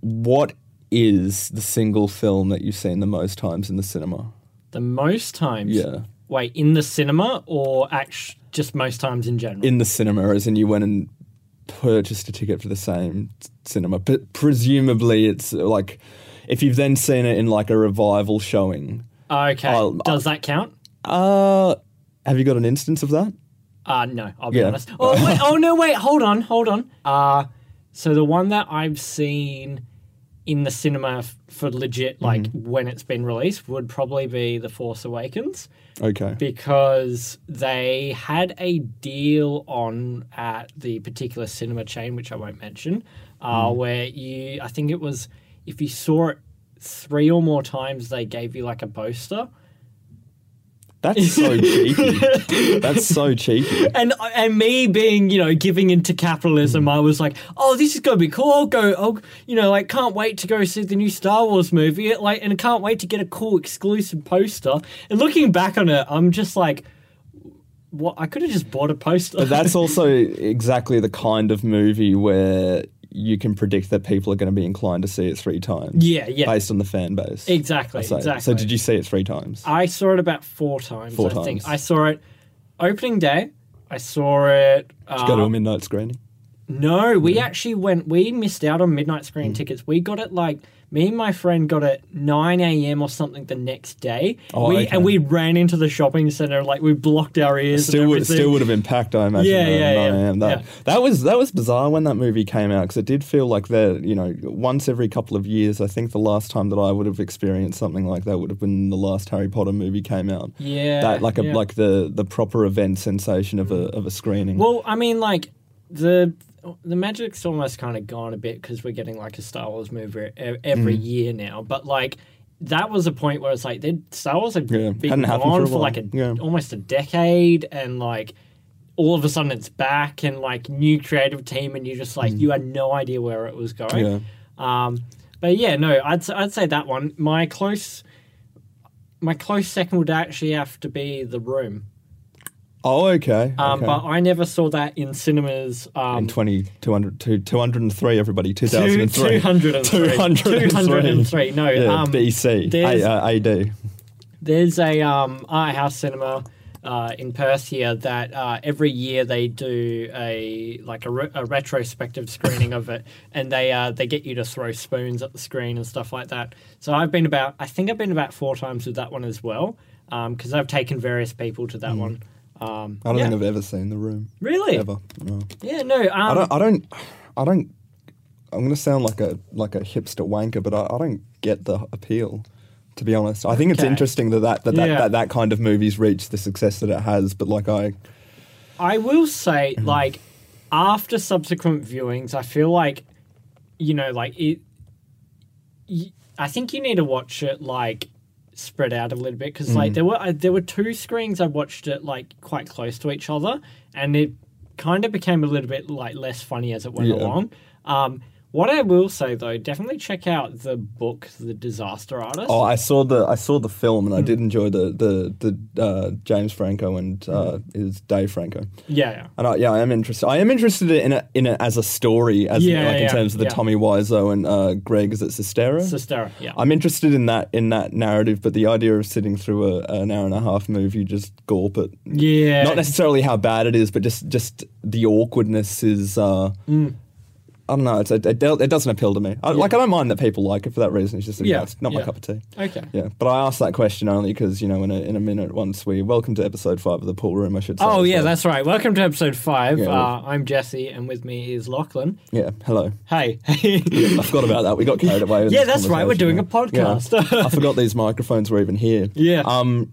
what is the single film that you've seen the most times in the cinema? The most times. Yeah. Wait, in the cinema or act- just most times in general? In the cinema, as in you went and purchased a ticket for the same t- cinema. But presumably, it's uh, like if you've then seen it in like a revival showing. Ah, okay. I'll- Does that count? Uh, have you got an instance of that? Uh, no, I'll be Yeah. honest. Oh, wait, oh, no, wait, hold on, hold on. Uh, so the one that I've seen in the cinema f- for legit, like Mm-hmm. when it's been released, would probably be The Force Awakens Okay. because they had a deal on at the particular cinema chain, which I won't mention, uh, where you, I think it was, if you saw it three or more times, they gave you like a poster. That's so cheeky. That's so cheeky. and and me being you know giving into capitalism, I was like, oh, this is gonna be cool. I'll go, I'll, you know, like can't wait to go see the new Star Wars movie. It, like, and can't wait to get a cool exclusive poster. And looking back on it, I'm just like, what? I could have just bought a poster. That's also exactly the kind of movie where you can predict that people are going to be inclined to see it three times. Yeah, yeah. Based on the fan base. Exactly, So, exactly. So did you see it three times? I saw it about four times. Four I think times. I saw it opening day. I saw it. Uh, Go to a midnight screening. No, we actually went. We missed out on midnight Mm. screen tickets. We got it like me and my friend got it nine a.m. or something the next day. Oh, we, okay. And we ran into the shopping center like we blocked our ears. Still and would, everything. still would have been packed, I imagine. Yeah, though, yeah, at 9 yeah, a.m. That, yeah. that was that was bizarre when that movie came out because it did feel like that. You know, once every couple of years, I think the last time that I would have experienced something like that would have been the last Harry Potter movie came out. Yeah, that like a yeah. like the the proper event sensation of a of a screening. Well, I mean, like the the magic's almost kind of gone a bit because we're getting like a Star Wars movie e- every Mm. year now. But like that was a point where it's like they Star Wars had Yeah, been hadn't gone happened for, for a while. like a, Yeah. almost a decade, and like all of a sudden it's back and like new creative team, and you just like you had no idea where it was going. Mm. Yeah. Um, but yeah, no, I'd s- I'd say that one. My close. My close second would actually have to be the room, oh, okay. um, okay. but I never saw that in cinemas. Um, in 20, 200, two- 203, everybody, Two- 2003. 203. 203. 203. No, Yeah, um, BC, there's- A- uh, AD. there's a um, art house cinema uh, in Perth here that uh, every year they do a like a, re- a retrospective screening of it, and they uh, they get you to throw spoons at the screen and stuff like that. So I've been about I think I've been about four times with that one as well, because I've taken various people to that one. Um, I don't yeah. think I've ever seen The Room. really. Hmm. Ever. No. Yeah, no. Um, I don't. I don't. I don't. I'm gonna sound like a like a hipster wanker, but I, I don't get the appeal. To be honest, I think it's Okay. interesting that that that, that, Yeah. that that kind of movies reached the success that it has. But like I, I will say, Mm-hmm. like, after subsequent viewings, I feel like, you know, like it. y- I think you need to watch it like spread out a little bit because Mm. like there were I, there were two screens I watched it like quite close to each other, and it kind of became a little bit like less funny as it went Yeah. along. Um, what I will say though, definitely check out the book, The Disaster Artist. oh I saw the I saw the film Hmm. and I did enjoy the the the uh, James Franco and uh, Hmm. is Dave Franco. yeah, yeah. And I, yeah, I am interested. I am interested in it in it as a story, as Yeah, like in yeah, terms of the yeah. Tommy Wiseau and uh, Greg is it Sestero? Sistera, yeah. I'm interested in that in that narrative, but the idea of sitting through a, an hour and a half movie just gulp it. yeah. Not necessarily how bad it is, but just just the awkwardness is. Uh, Mm. I don't know. It's, it, it, del- it doesn't appeal to me. I, Like I don't mind that people like it for that reason. It's just yeah, Yeah, it's not my yeah. cup of tea. Okay. Yeah, but I asked that question only because you know in a, in a minute once we welcome to episode five of the pool room. I should. say. Oh as yeah, well. that's right. Welcome to episode five. Yeah. uh, I'm Jesse, and with me is Lachlan. yeah. Hello. Hey. I forgot about that. We got carried away. With Yeah, this that's right. We're doing a conversation, yeah. podcast. Yeah. I forgot these microphones were even here. Yeah. Um.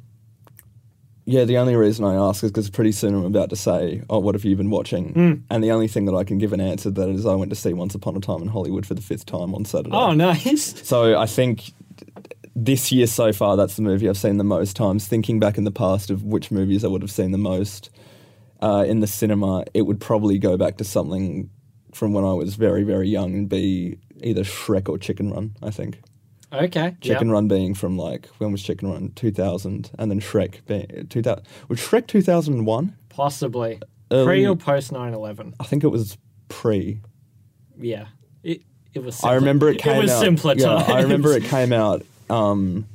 Yeah, the only reason I ask is because pretty soon I'm about to say, "Oh, what have you been watching?" Hmm. And the only thing that I can give an answer to that is I went to see Once Upon a Time in Hollywood for the fifth time on Saturday. oh, nice. So I think this year so far, that's the movie I've seen the most times. Thinking back in the past of which movies I would have seen the most uh, in the cinema, it would probably go back to something from when I was very, very young and be either Shrek or Chicken Run, I think. Okay. Chicken yeah. Run being from like, when was Chicken Run? 2000. And then Shrek being 2000. Was Shrek 2001? Possibly Early- pre or post 9/11. I think it was pre. Yeah. It, It was. I simpler- remember it came It was out. simpler yeah, times. I remember it came out um,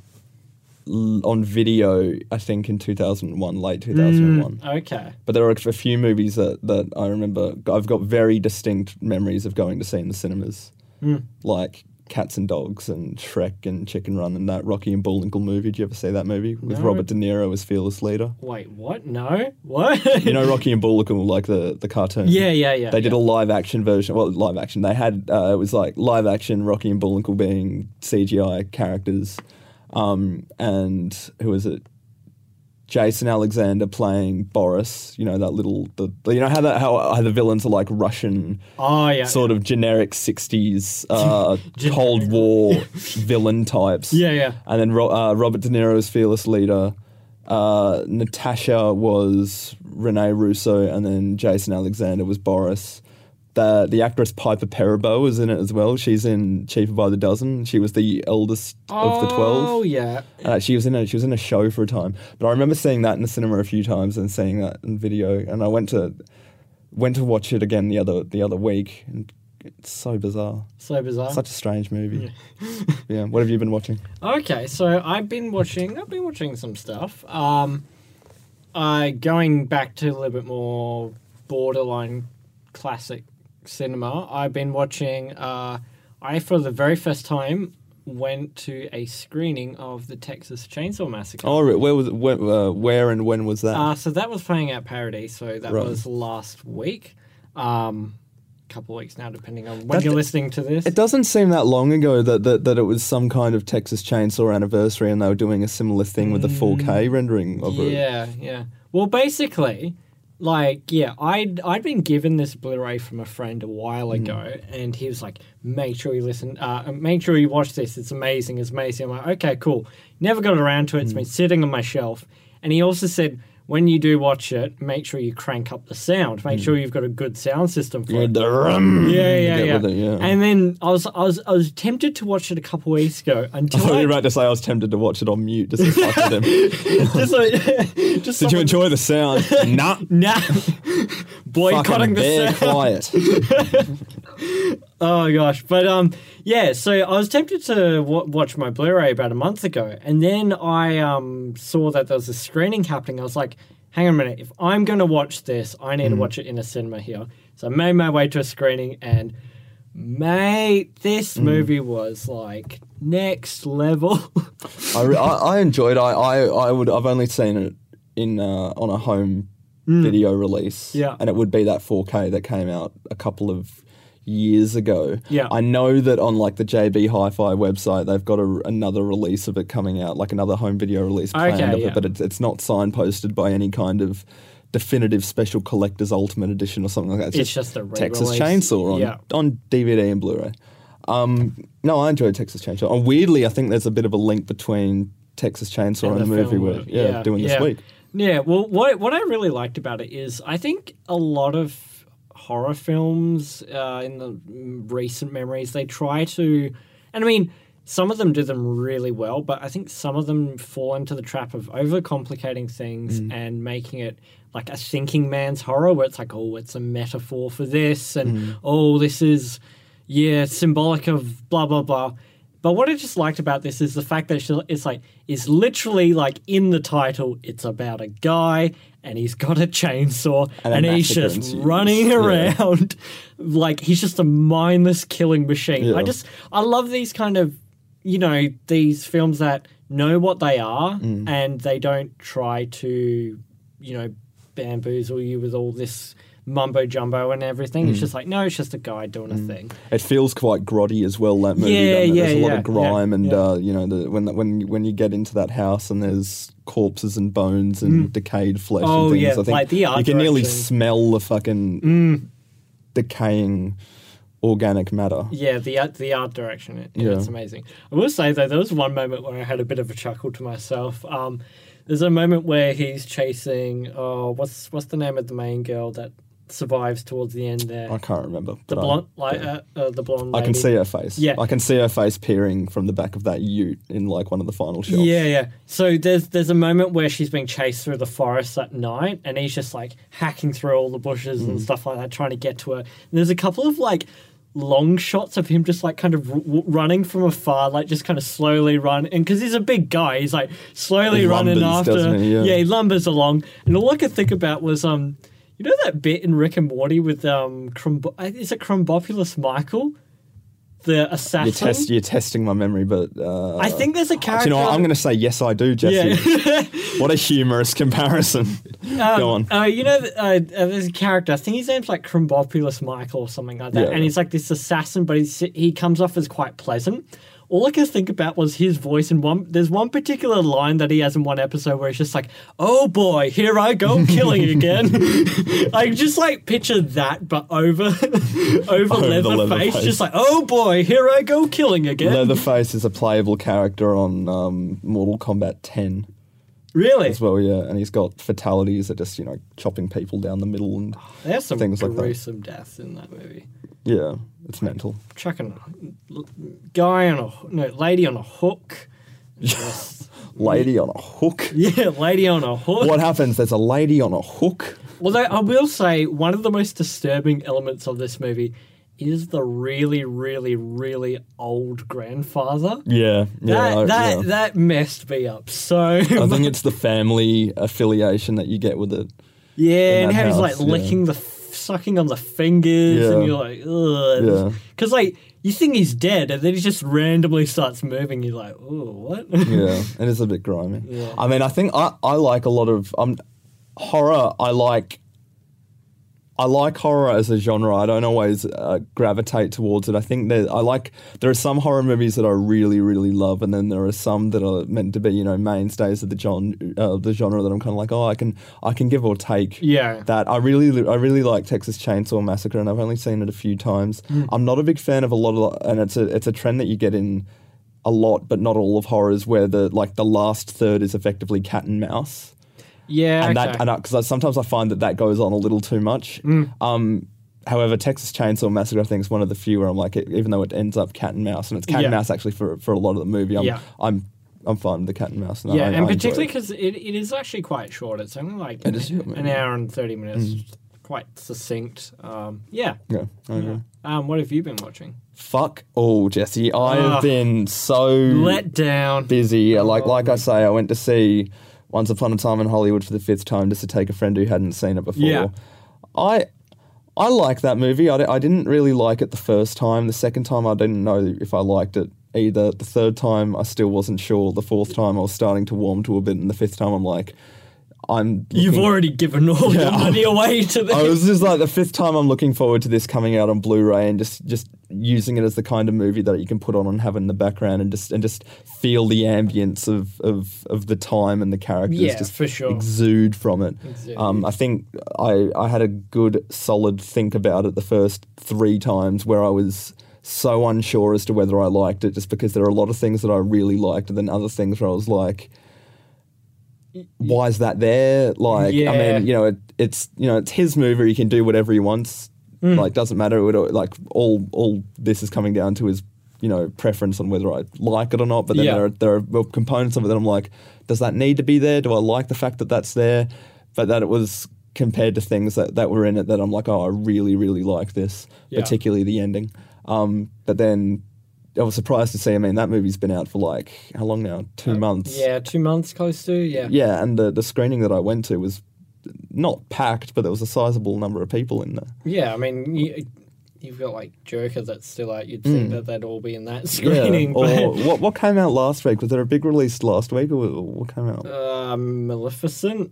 l- on video. I think in two thousand one, late Mm. two thousand one. Okay. But there are a few movies that, that I remember. I've got very distinct memories of going to see in the cinemas, Mm. like Cats and Dogs and Shrek and Chicken Run and that Rocky and Bullwinkle movie. Did you ever see that movie with No. Robert De Niro as fearless leader? Wait, what? No, what? You know Rocky and Bullwinkle, like the the cartoon. yeah, yeah, yeah. They did yeah. a live action version. Well, live action. They had uh, it was like live action Rocky and Bullwinkle being CGI characters, um, and who was it? Jason Alexander playing Boris. You know that little. The, you know how that how, how the villains are like Russian Oh yeah. sort of generic '60s uh, Cold War villain types. Yeah, yeah. And then Ro- uh, Robert De Niro's fearless leader. Uh, Natasha was Rene Russo, and then Jason Alexander was Boris. The the actress Piper Perabo was in it as well. She's in Cheaper by the Dozen. She was the eldest of the Oh twelve. yeah. Uh, she was in a she was in a show for a time, but I remember seeing that in the cinema a few times and seeing that in video. And I went to went to watch it again the other the other week. And it's so bizarre, So bizarre. such a strange movie. yeah, what have you been watching? Okay, so I've been watching. I've been watching some stuff. Um, I going back to a little bit more borderline classic cinema. I've been watching. Uh, I for the very first time went to a screening of the Texas Chainsaw Massacre. Oh, right, where was it, where, uh, where and when was that? Uh, so that was playing at Parody. So that Right. was last week. Um, couple weeks now, depending on when That- you're listening to this. it doesn't seem that long ago that, that, that it was some kind of Texas Chainsaw anniversary and they were doing a similar thing with the 4K rendering of it. Mm, Yeah, yeah. Well, basically, like, yeah, I'd I'd been given this Blu-ray from a friend a while Hmm. ago, and he was like, "Make sure you listen. Uh, make sure you watch this. It's amazing. It's amazing." I'm like, "Okay, cool." Never got around to it. Hmm. It's been sitting on my shelf. And he also said, "When you do watch it, make sure you crank up the sound. Make sure you've got a good sound system for Hmm. Yeah, it." the rum. Yeah, yeah, Get yeah. with it, yeah. And then I was, I was, I was tempted to watch it a couple weeks ago I until thought I, you were about to say I was tempted to watch it on mute just to fuck with them. just like, just Did you someone- enjoy the sound? nah. Nah. Fucking Boycotting the bear sound. quiet. Oh gosh, but um, yeah. So I was tempted to w- watch my Blu-ray about a month ago, and then I um saw that there was a screening happening. I was like, hang on a minute. If I'm going to watch this, I need to watch it in a cinema here. So I made my way to a screening, and mate, this movie was like next level. I, re- I, I enjoyed. I, I I would. I've only seen it in uh, on a home video release. Hmm. Yeah. and it would be that 4K that came out a couple of years ago. Yeah. I know that on like the JB Hi-Fi website, they've got a, another release of it coming out, like another home video release planned Okay, of yeah. it, but it's it's not signposted by any kind of definitive special collector's ultimate edition or something like that. It's just a Texas re-release. Chainsaw on Yeah. on DVD and Blu-ray. Um, no, I enjoyed Texas Chainsaw. And weirdly, I think there's a bit of a link between Texas Chainsaw and, and the, movie film we're with- yeah, doing this yeah. week. Yeah, well, what what I really liked about it is I think a lot of horror films uh, in the mm, recent memories they try to, and I mean some of them do them really well, but I think some of them fall into the trap of overcomplicating things Mm. and making it like a thinking man's horror, where it's like, oh, it's a metaphor for this, and Mm. oh, this is yeah symbolic of blah blah blah. But what I just liked about this is the fact that she- it's like it's literally like in the title. It's about a guy and he's got a chainsaw And a and, he's massacre just ensues. running Yeah. around like he's just a mindless killing machine. Yeah. I just I love these kind of you know these films that know what they are Mm. and they don't try to you know bamboozle you with all this mumbo jumbo and everything. Mm. It's just like no, it's just a guy doing a thing. It feels quite grotty as well. That movie, Yeah, doesn't it? there's a yeah, lot yeah, of grime, yeah, and yeah. Uh, you know, the, when when when you get into that house and there's corpses and bones and decayed flesh Oh, and things. yeah, I think like the art you can nearly direction. Mm. smell the fucking decaying organic matter. Yeah, the art, the art direction, it, Yeah. it's amazing. I will say though, there was one moment where I had a bit of a chuckle to myself. Um, there's a moment where he's chasing. Oh, what's what's the name of the main girl that survives towards the end there? I can't remember. the but I- blonde, like uh, uh, the blonde. I Lady. can see her face. Yeah. I can see her face peering from the back of that ute in like one of the final shots. Yeah, yeah. So there's there's a moment where she's being chased through the forest at night, and Mm. he's just like hacking through all the bushes and stuff like that, trying to get to her. And there's a couple of like long shots of him just like kind of r- w- running from afar, like just kind of slowly run. And because he's a big guy, he's like slowly He running lumbers, after. doesn't he? Yeah. he lumbers along. And all I could think about was, um, you know that bit in Rick and Morty with um, Crumb- is it Crumbopulous Michael, the assassin? You're, test, you're testing my memory, but uh, I think there's a do character. you know what? I'm going to say yes, I do, Jesse. yeah. What a humorous comparison. Go on. Uh, you know, uh, uh, there's a character. I think his name's like Crumbopulous Michael or something like that. Yeah. And he's like this assassin, but he's, he comes off as quite pleasant. All I could think about was his voice. And one, there's one particular line that he has in one episode where he's just like, "Oh boy, here I go killing again." I just like picture that, but over, over, leather, face, Leatherface. just like, "Oh boy, here I go killing again." Leatherface is a playable character on um, Mortal Kombat 10 really, as well, yeah, and he's got fatalities that just you know chopping people down the middle and there's some things like that. gruesome deaths in that movie. yeah, it's mental. chucking a l- guy on a no lady on a hook. Yes. Lady on a hook. yeah, lady on a hook. What happens? There's a lady on a hook. Although I will say one of the most disturbing elements of this movie is the really, really, really old grandfather. Yeah, That I- that yeah. that messed me up so. I much. think it's the family affiliation that you get with it. yeah, in and that how he's like house, yeah. licking the f- sucking on the fingers, and Yeah. you're like, ugh. Yeah. Because like you think he's dead, and then he just randomly starts moving. You're like, oh, what? Yeah, it is a bit grimy. Yeah. I mean, I think I, I like a lot of um, horror. I like I like horror as a genre. I don't always uh, gravitate towards it. I think that I like there are some horror movies that I really really love, and then there are some that are meant to be you know mainstays of the gen- uh, the genre that I'm kind of like oh I can I can give or take. Yeah. That I really I really like Texas Chainsaw Massacre, and I've only seen it a few times. I'm not a big fan of a lot of and it's a it's a trend that you get in a lot, but not all of horrors where the like the last third is effectively cat and mouse yeah, and okay. Mm. that and because I, sometimes I find that that goes on a little too much. Um, however, Texas Chainsaw Massacre I think is one of the few where I'm like, it, even though it ends up cat and mouse, and it's cat Yeah. and mouse actually for for a lot of the movie. I'm Yeah. I'm I'm fine with the cat and mouse. And I, I yeah, and enjoy it. particularly because it, it is actually quite short. It's only like It is short, an yeah. Mm. hour and 30 minutes. Quite succinct. Um, yeah. Yeah, I agree. yeah. Um, what have you been watching? Fuck all, Jesse. I Ugh. have been so Let down. busy. Like like I say, I went to see Once Upon a Time in Hollywood for the fifth time just to take a friend who hadn't seen it before. Yeah. I I like that movie. I, di- I didn't really like it the first time. The second time, I didn't know if I liked it either. The third time, I still wasn't sure. The fourth time, I was starting to warm to a bit, and the fifth time, I'm like, I'm. You've looking- already given all your money away to this. I was just like the fifth time I'm looking forward to this coming out on Blu-ray and just just using it as the kind of movie that you can put on and have in the background and just and just feel the ambience of of, of the time and the characters Yeah, just for sure. exude from it. Exude. Um, I think I I had a good solid think about it the first three times where I was so unsure as to whether I liked it just because there are a lot of things that I really liked and then other things where I was like why is that there? Like, I Yeah. mean, you know, it, it's you know, it's his movie. He can do whatever he wants. Mm. Like, doesn't matter. It, would- like, all all this is coming down to his you know preference on whether I like it or not. But then Yeah. there are, there are components of it that I'm like, does that need to be there? Do I like the fact that that's there? But that it was compared to things that that were in it that I'm like, oh, I really really like this, Yeah. particularly the ending. Um, but then. I was surprised to see. I mean, that movie's been out for like how long now? Two months Uh, yeah, two months close to. Yeah. yeah, and the, the screening that I went to was not packed, but there was a sizable number of people in there. Yeah, I mean, you, you've got like Joker that's still out. You'd think that they'd all be in that Mm. screening. Or But, what what came out last week? Was there a big release last week, or what came out? uh, Maleficent.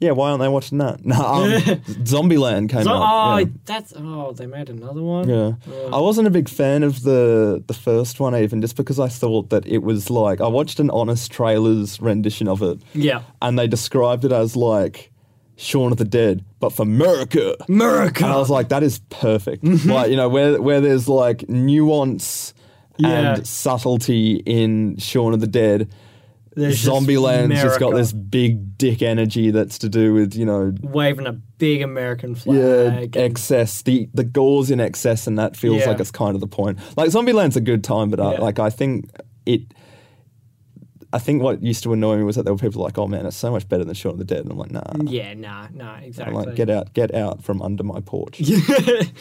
Yeah, why aren't they watching that? No, um, Zombieland came So, oh, out. yeah. that's. Oh, they made another one? Yeah. I wasn't a big fan of the the first one even just because I thought that it was like I watched an honest trailer's rendition of it Yeah. and they described it as like Shaun of the Dead but for America. America. Mm-hmm. And I was like, that is perfect. Like, you know, where where there's like nuance Yeah. and subtlety in Shaun of the Dead, There's just Zombieland's just got America. this big dick energy that's to do with, you know, waving a big American yeah, flag. and- excess. The the gore's in excess, and that feels Yeah. uh, like it's kind of the point. Like Zombieland's a good time, but I, Yeah. like I think it I think what used to annoy me was that there were people like, "Oh man, it's so much better than Shaun of the Dead," and I'm like, "Nah." Yeah, nah, nah, I'm exactly. like, "Get out, get out from under my porch."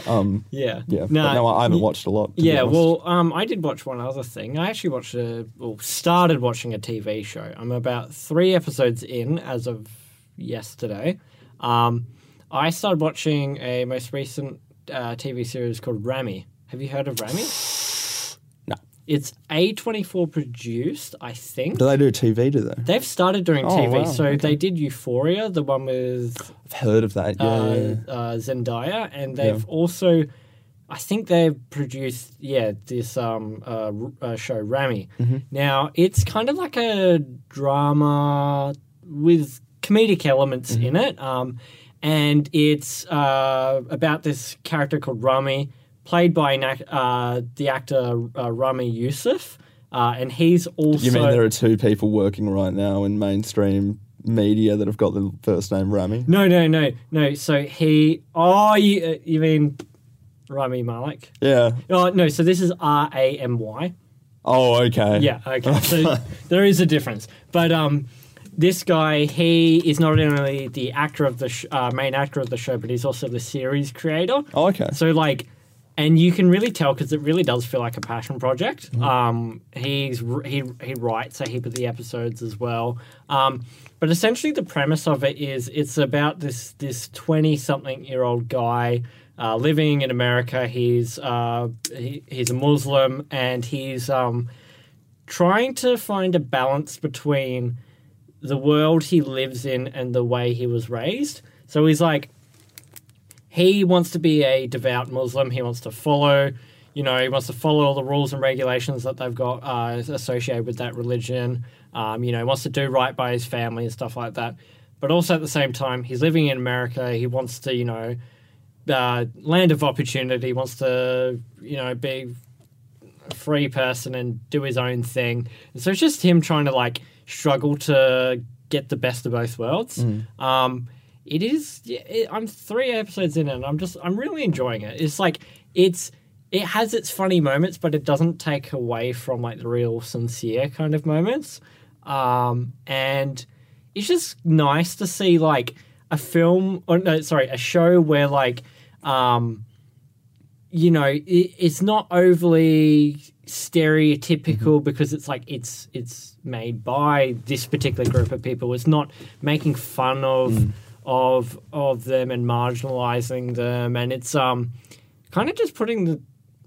Um, yeah, yeah. but Nah, no, I I haven't watched a lot. to be Yeah, honest. well, um, I did watch one other thing. I actually watched a, well, started watching a TV show. I'm about three episodes in as of yesterday. Um, I started watching a most recent uh, TV series called Rami. Have you heard of Rami? No. It's A24 produced, I think. do they do TV? Do they? They've started doing Oh, TV. wow, so okay. they did Euphoria, the one with I've heard of that. Yeah, uh, yeah, yeah. uh, Zendaya, and they've also, I think they've produced yeah this um uh, r- uh, show Rami. Mm-hmm. Now it's kind of like a drama with comedic elements Mm-hmm. in it, um, and it's uh, about this character called Rami, played by an ac- uh, the actor uh, Rami Youssef, uh, and he's also You mean there are two people working right now in mainstream media that have got the first name Rami? No, no, no, no. So he. Oh, you, uh, you mean Rami Malek? Yeah. Oh, no. So this is R A M Y. Oh, okay. Yeah. Okay. So there is a difference, but um, this guy he is not only the actor of the sh- uh, main actor of the show, but he's also the series creator. Oh, okay. So like, and you can really tell because it really does feel like a passion project. Um, he's r- he he writes a heap of the episodes as well. Um, but essentially, the premise of it is it's about this this twenty something year old guy. Uh, living in America, he's uh, he, he's a Muslim, and he's um, trying to find a balance between the world he lives in and the way he was raised. So he's like, he wants to be a devout Muslim. He wants to follow, you know, he wants to follow all the rules and regulations that they've got uh, associated with that religion. Um, you know, he wants to do right by his family and stuff like that. But also at the same time, he's living in America. He wants to, you know, uh, land of opportunity. He wants to, you know, be a free person and do his own thing. And so it's just him trying to like struggle to get the best of both worlds. Um, it is. yeah, It, I'm three episodes in, and I'm just. I'm really enjoying it. It's like it's. It has its funny moments, but it doesn't take away from like the real sincere kind of moments. Um, and it's just nice to see like a film. Or no, sorry, a show where like. Um, you know, i it's not overly stereotypical because it's like it's it's made by this particular group of people. It's not making fun of of of them and marginalizing them, and it's um kind of just putting the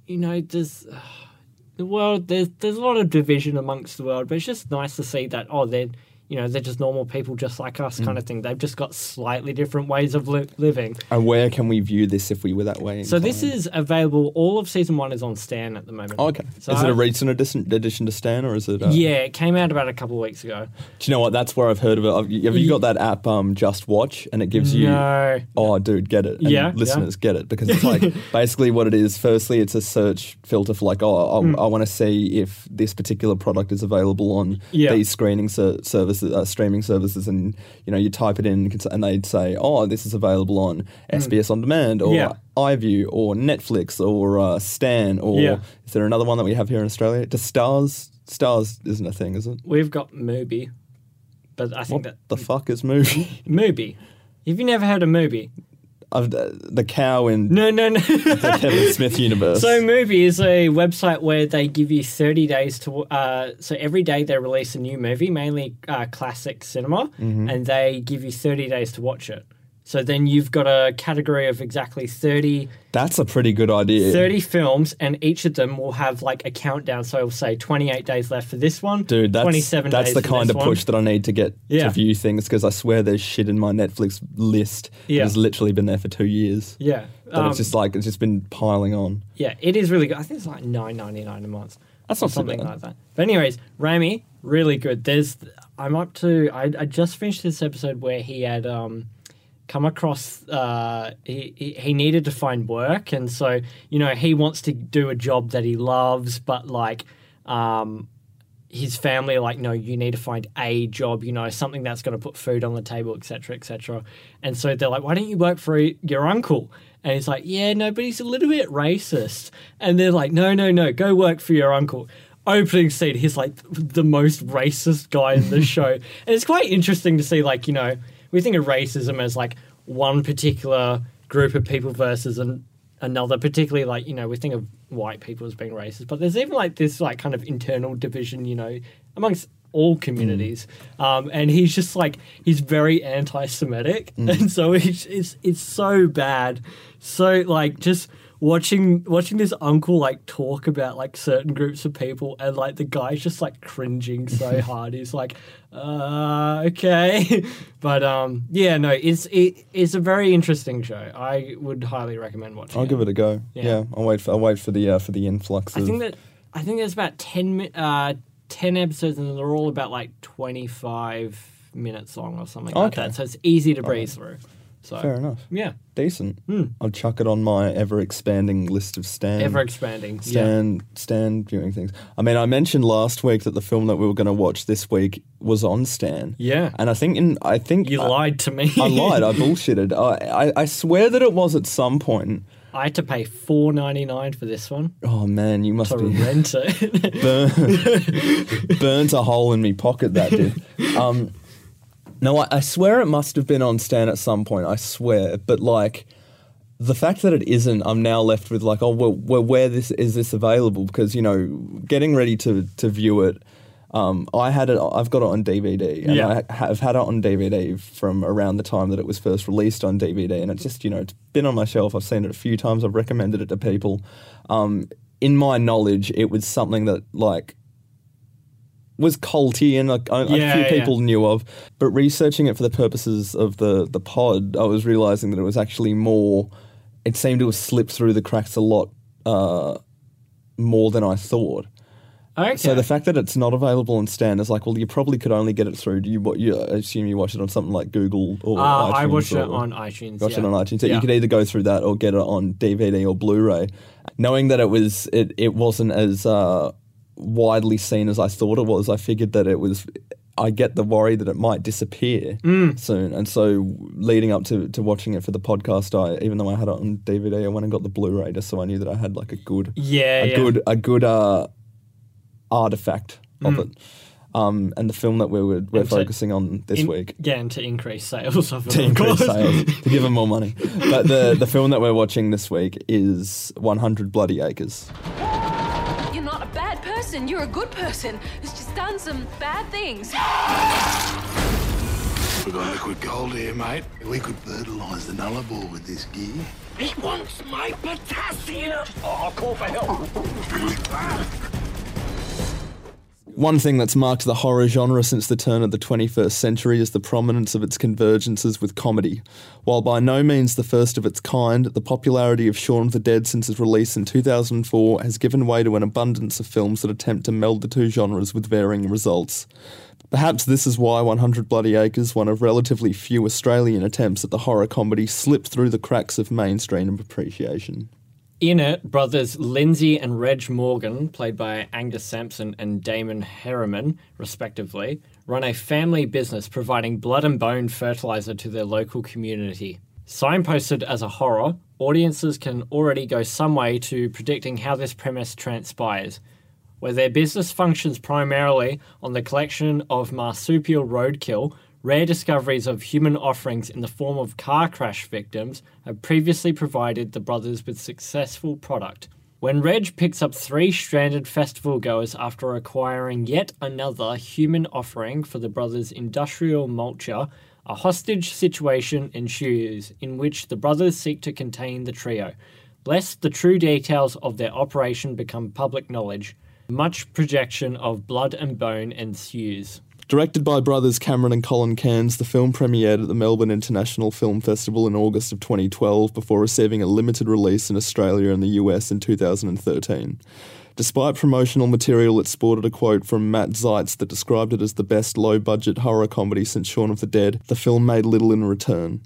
you know there's the world there's there's a lot of division amongst the world, but it's just nice to see that oh they're you know they're just normal people just like us kind of thing. They've just got slightly different ways of li- living. And where can we view this if we were that way? So this inclined? is available. All of season one is on Stan at the moment. Oh, okay. So is it I- a recent addition, addition to Stan, or is it? Uh, Yeah, it came out about a couple of weeks ago. Do you know what? That's where I've heard of it. Have you have you Ye- got that app, um, Just Watch, and it gives you? No. Oh, dude, get it. And Yeah, yeah. Listeners, get it because it's like basically what it is. Firstly, it's a search filter for like, oh, I, Mm. I want to see if this particular product is available on Yeah. these screening ser- services, uh, streaming services, and you know, you type it in, and they'd say, oh, this is available on SBS on demand or Mm. Yeah. iView or Netflix or uh, Stan or Yeah. is there another one that we have here in Australia? Does Stars? Stars isn't a thing, is it? We've got Mubi, but I think What that the fuck is Mm. movie? Mubi. Have you never heard of Mubi? I've, uh, the cow in No, no, no. the Kevin Smith universe. So Mubi is a website where they give you 30 days to. Uh, so every day they release a new movie, mainly uh, classic cinema, Mm-hmm. and they give you 30 days to watch it. So then you've got a category of exactly 30 That's a pretty good idea. 30 films and each of them will have like a countdown so it'll say 28 days left for this one Dude, that's 27 that's days the for kind this of push one. that I need to get Yeah. to view things because I swear there's shit in my Netflix list Yeah. that has literally been there for two years. yeah That um, it's just like it's just been piling on. yeah it is really good i think it's like 9.99 a month That's or not too something bad. like that but anyways rami really good there's i'm up to i, I just finished this episode where he had um come across uh he, he he needed to find work and so you know he wants to do a job that he loves but like um his family are like, no, you need to find a job, you know, something that's going to put food on the table, et cetera, et cetera. And so they're like, why don't you work for your uncle? And he's like, yeah, no, but he's a little bit racist. And they're like, no, no, no, go work for your uncle. opening scene, he's like the most racist guy in the show. And it's quite interesting to see, like, you know, we think of racism as like one particular group of people versus an, another, particularly like, you know, we think of white people as being racist, but there's even like this, like, kind of internal division, you know, amongst all communities. Um, and he's just like, he's very anti Semitic. And so it's, it's, it's so bad. So, like, just watching watching this uncle like talk about like certain groups of people and like the guy's just like cringing so hard he's like uh okay but um yeah no it's it, it's a very interesting show i would highly recommend watching I'll give it a go. Yeah, Yeah. I'll wait for I'll wait for the uh, for the influx. i of- think that i think there's about 10 mi- uh 10 episodes and they're all about like 25 minutes long or something like Okay. that so it's easy to breeze through so fair enough, yeah decent. I'll chuck it on my ever expanding list of stand Hmm. ever expanding yeah stand stand viewing things. I mean, I mentioned last week that the film that we were going to watch this week was on Stan. Yeah. and I think in I think you I- lied to me I lied. I bullshitted. I, I I swear that it was at some point. I had to pay four ninety nine for this one Oh man, you must to be rent it. burnt a hole in me pocket that did. Um, no, I, I swear it must have been on Stan at some point. I swear, but like the fact that it isn't, I'm now left with like, oh, well, well where this is this available? Because you know, getting ready to to view it. Um, I had it. I've got it on DVD, and Yeah. I have had it on DVD from around the time that it was first released on DVD, and it's just you know it's been on my shelf. I've seen it a few times. I've recommended it to people. Um, in my knowledge, it was something that like was culty and like, a, Yeah, a few yeah. people knew of. But researching it for the purposes of the the pod, I was realizing that it was actually more. It seemed to have slipped through the cracks a lot uh, more than I thought. okay. So the fact that it's not available on Stan is like, well, you probably could only get it through. Do you what you I assume you watch it on something like Google or uh, iTunes I watched or, it on iTunes. watch yeah. it on iTunes. So Yeah. You could either go through that or get it on DVD or Blu-ray. Knowing that it was it, it wasn't as uh, widely seen as I thought it was, I figured that it was. I get the worry that it might disappear Mm. soon, and so leading up to, to watching it for the podcast, I even though I had it on DVD, I went and got the Blu-ray just so I knew that I had like a good Yeah, a yeah. good a good uh, artifact of it. Um, and the film that we were, we're Mm. And so- focusing on this In- week Again, to increase sales of it. to of increase course. sales, to give them more money. But the, the film that we're watching this week is 100 Bloody Acres. You're not a bad person. You're a good person. It's just done some bad things. We got liquid gold here, mate. We could fertilize the nullarbor with this gear. He wants my potassium! Oh, I'll call for help. One thing that's marked the horror genre since the turn of the 21st century is the prominence of its convergences with comedy. While by no means the first of its kind, the popularity of Shaun of the Dead since its release in 2004 has given way to an abundance of films that attempt to meld the two genres with varying results. Perhaps this is why 100 Bloody Acres, one of relatively few Australian attempts at the horror comedy, slipped through the cracks of mainstream appreciation. In it, brothers Lindsay and Reg Morgan, played by Angus Sampson and Damon Harriman, respectively, run a family business providing blood and bone fertilizer to their local community. Signposted as a horror, audiences can already go some way to predicting how this premise transpires. Where their business functions primarily on the collection of marsupial roadkill, rare discoveries of human offerings in the form of car crash victims have previously provided the brothers with successful product. When Reg picks up three stranded festival goers after acquiring yet another human offering for the brothers' industrial mulcher, a hostage situation ensues in which the brothers seek to contain the trio, lest the true details of their operation become public knowledge. Much projection of blood and bone ensues. Directed by brothers Cameron and Colin Cairns, the film premiered at the Melbourne International Film Festival in August of 2012 before receiving a limited release in Australia and the US in 2013. Despite promotional material, it sported a quote from Matt Zeitz that described it as the best low budget horror comedy since Shaun of the Dead. The film made little in return.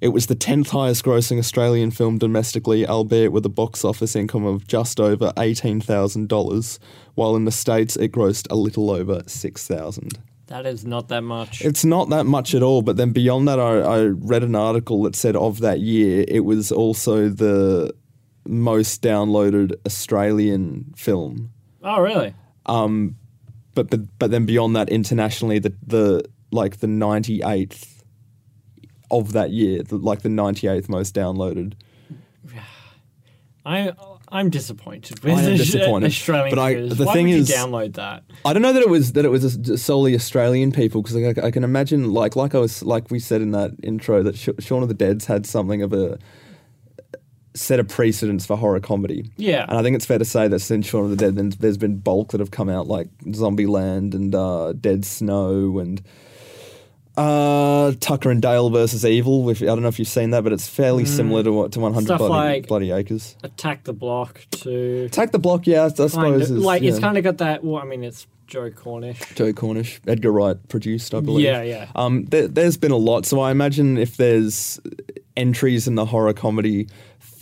It was the 10th highest grossing Australian film domestically, albeit with a box office income of just over $18,000, while in the States it grossed a little over 6000 That is not that much. it's not that much at all. But then beyond that, I, I read an article that said of that year, it was also the most downloaded Australian film. oh, really? Um, but but but then beyond that, internationally, the the like the ninety eighth of that year, the, like the ninety eighth most downloaded. I I'm disappointed with I am the disappointed, Australian but I- cruise. the Why thing would is- you download that? I don't know that it was that it was solely Australian people because I, I can imagine like like I was like we said in that intro that Sh- Shaun of the Dead's had something of a set of precedents for horror comedy. Yeah. and I think it's fair to say that since Shaun of the Dead, then there's been bulk that have come out like Zombieland and uh, Dead Snow and uh, Tucker and Dale versus Evil. Which I don't know if you've seen that, but it's fairly similar to what to 100 Mm. Stuff bloody, like- bloody Acres. Attack the block to Attack the Block, yeah, I suppose. kind of, is, like it's yeah. kind of got that. Well, I mean, it's Joe Cornish. Joe Cornish, Edgar Wright produced, I believe. Yeah, yeah. Um, there, there's been a lot, so I imagine if there's entries in the horror comedy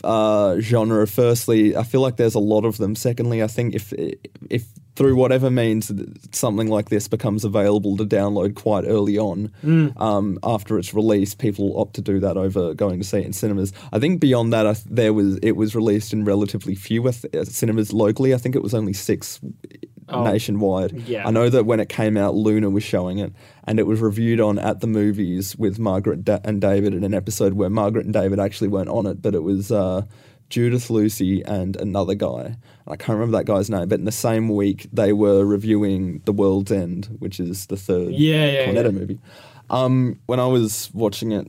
uh, genre, firstly, I feel like there's a lot of them. Secondly, I think if if through whatever means that something like this becomes available to download quite early on Mm. um, after its release, people opt to do that over going to see it in cinemas. I think beyond that, I th- there was it was released in relatively few uh, th- uh, cinemas locally. I think it was only six Oh. nationwide. yeah. I know that when it came out, Luna was showing it, and it was reviewed on at the movies with Margaret da- and David in an episode where Margaret and David actually weren't on it, but it was uh, Judith Lucy and another guy. I can't remember that guy's name, but in the same week they were reviewing The World's End, which is the third Yeah, yeah, Cornetto yeah. movie. Um, when I was watching it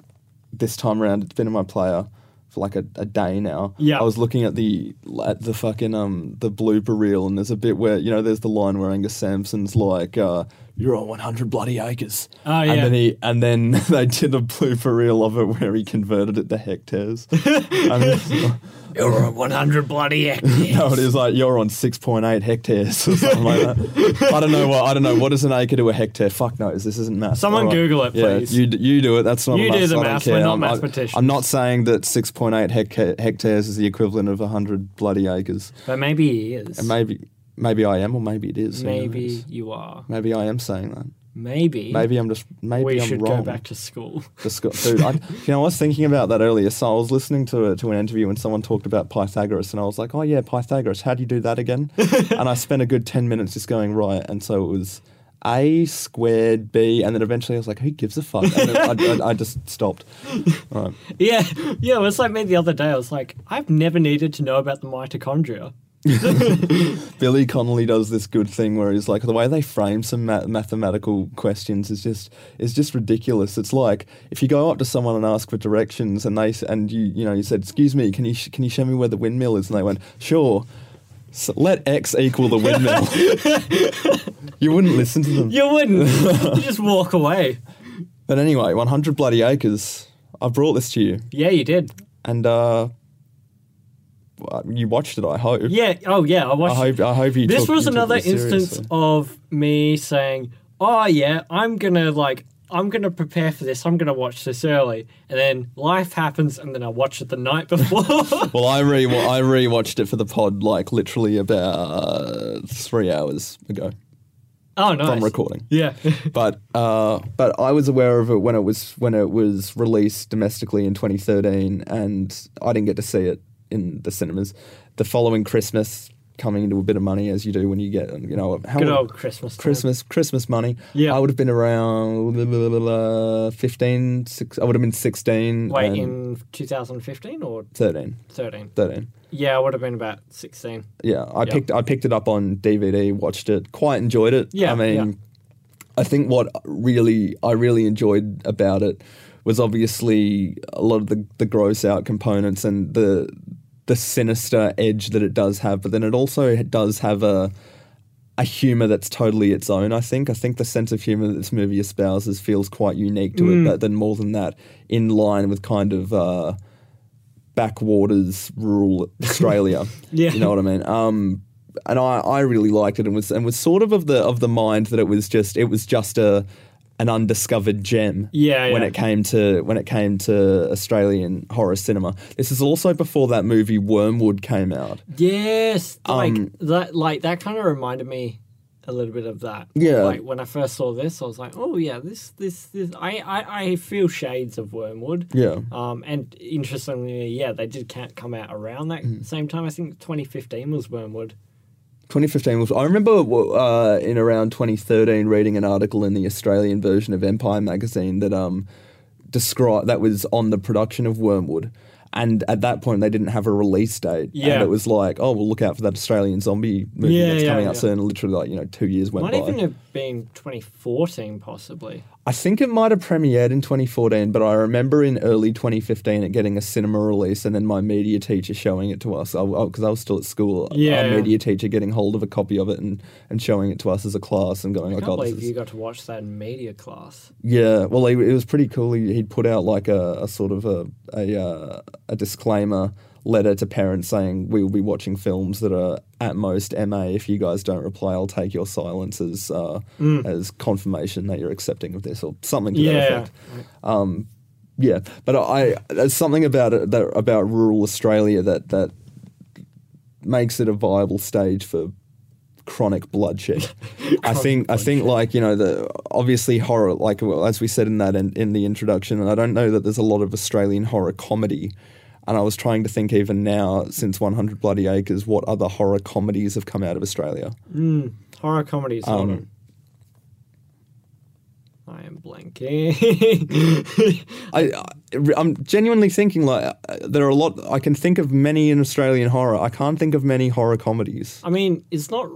this time around, it's been in my player for like a, a day now. Yeah. I was looking at the at the fucking um the blooper reel, and there's a bit where you know there's the line where Angus Sampson's like, uh, "You're on 100 bloody acres." Oh, And yeah. then he and then they did a blooper reel of it where he converted it to hectares. I mean, You're a 100 bloody hectares. no, it is like you're on 6.8 hectares or something like that. I don't know what I don't know what is an acre to a hectare. Fuck knows. This isn't math. Someone All Google it, Yeah, please. you d- you do it. That's not You a do maths. the I don't maths, care. we're not I'm, I- mathematicians. I'm not saying that 6.8 hecta- hectares is the equivalent of 100 bloody acres. But maybe he is. And maybe maybe I am, or maybe it is. Who Maybe knows? you are. Maybe I am saying that. Maybe. Maybe I'm just maybe we I'm should wrong. go back to school. Just got- dude, I, you know, I was thinking about that earlier. So I was listening to a, to an interview and someone talked about Pythagoras, and I was like, "Oh yeah, Pythagoras. How do you do that again?" and I spent a good ten minutes just going right, and so it was a squared b, and then eventually I was like, "Who gives a fuck?" And then I, I, I just stopped. All right. Yeah, yeah. It was like me the other day. I was like, I've never needed to know about the mitochondria. Billy Connolly does this good thing where he's like, the way they frame some ma- mathematical questions is just is just ridiculous. It's like if you go up to someone and ask for directions, and they s- and you you know you said, "Excuse me, can you sh- can you show me where the windmill is?" And they went, "Sure." So let X equal the windmill. you wouldn't listen to them. You wouldn't. you just walk away. But anyway, 100 bloody acres. I brought this to you, Yeah, you did. and uh, you watched it. I hope. Yeah. Oh, yeah. I I watched. hope. I hope you. this took- was you took another this instance seriously. of me saying, "Oh yeah, I'm gonna like, I'm gonna prepare for this. I'm gonna watch this early." And then life happens, and then I watch it the night before. Oh, Well, I re I rewatched it for the pod like literally about uh, three hours ago oh no. from recording. Yeah. But uh, but I was aware of it when it was when it was released domestically in 2013, and I didn't get to see it in the cinemas. The following Christmas, coming into a bit of money as you do when you get you know how Good old Christmas. time. Christmas Christmas money. Yeah. I would have been around blah, blah, blah, blah, 15, six, I would have been 16. Wait, and in 2015 or 13, 13? 13. Yeah, I would have been about 16. Yeah, I Yeah. picked I picked it up on DVD, watched it, quite enjoyed it. Yeah, I mean, yeah. I think what really I really enjoyed about it was obviously a lot of the the gross out components and the the sinister edge that it does have, but then it also does have a a humor that's totally its own. I think. I think the sense of humor that this movie espouses feels quite unique to Mm. it. But then more than that, in line with kind of uh, backwaters rural Australia. Yeah. you know what I mean. Um, and I, I really liked it and was and was sort of of the of the mind that it was just it was just a an undiscovered gem. Yeah, when yeah. it came to when it came to Australian horror cinema. This is also before that movie Wormwood came out. Yes, like that. Like that kind of reminded me a little bit of that. Yeah. Like when I first saw this, I was like, oh yeah, this, this, this. I, I, I feel shades of Wormwood. Yeah. Um, and interestingly, yeah, they did ca- come out around that same time. I think 2015 was Wormwood. 2015 was. I remember uh, in around 2013 reading an article in the Australian version of Empire magazine that um, described that was on the production of Wormwood, and at that point they didn't have a release date. Yeah. and it was like, oh, well, look out for that Australian zombie movie Yeah, that's yeah, coming out yeah. soon. And literally, like you know, two years went Might by. even have been 2014, possibly. I think it might have premiered in 2014, but I remember in early 2015 it getting a cinema release and then my media teacher showing it to us because I was still at school. Yeah, Our yeah. media teacher getting hold of a copy of it and, and showing it to us as a class and going, I like, can't oh, this believe is. you got to watch that in media class. Yeah, well, he, it was pretty cool. He, he'd put out like a, a sort of a, a, uh, a disclaimer letter to parents saying, we will be watching films that are at most MA. If you guys don't reply, I'll take your silence as, uh, as confirmation that you're accepting of this or something to that Mm. Yeah. effect. Yeah, but I there's something about it that about rural Australia that that makes it a viable stage for chronic bloodshed. I think I think like you know the obviously horror like well, as we said in that in, in the introduction, and I don't know that there's a lot of Australian horror comedy. And I was trying to think even now since 100 Bloody Acres, what other horror comedies have come out of Australia? Horror comedies. hold on. I am blanking. I, I am genuinely thinking like uh, there are a lot. I can think of many in Australian horror. I can't think of many horror comedies. I mean, it's not.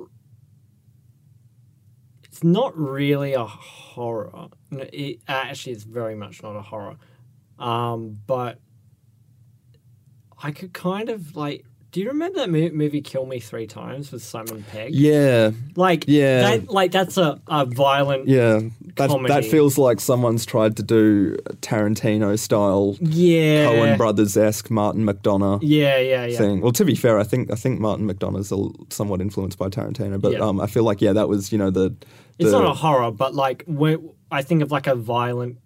It's not really a horror. No, It actually is very much not a horror, um, but I could kind of like. Do you remember that mo- movie "Kill Me Three Times" with Simon Pegg? Yeah, Like Yeah. that, like that's a, a violent. yeah. That that Comedy. feels like someone's tried to do Tarantino style, Yeah. Cohen Brothers esque Martin McDonough Yeah, yeah, yeah. thing. Well, to be fair, I think I think Martin McDonough's a l- somewhat influenced by Tarantino, but Yeah. um, I feel like yeah, that was you know the. It's the- not a horror, but like when I think of like a violent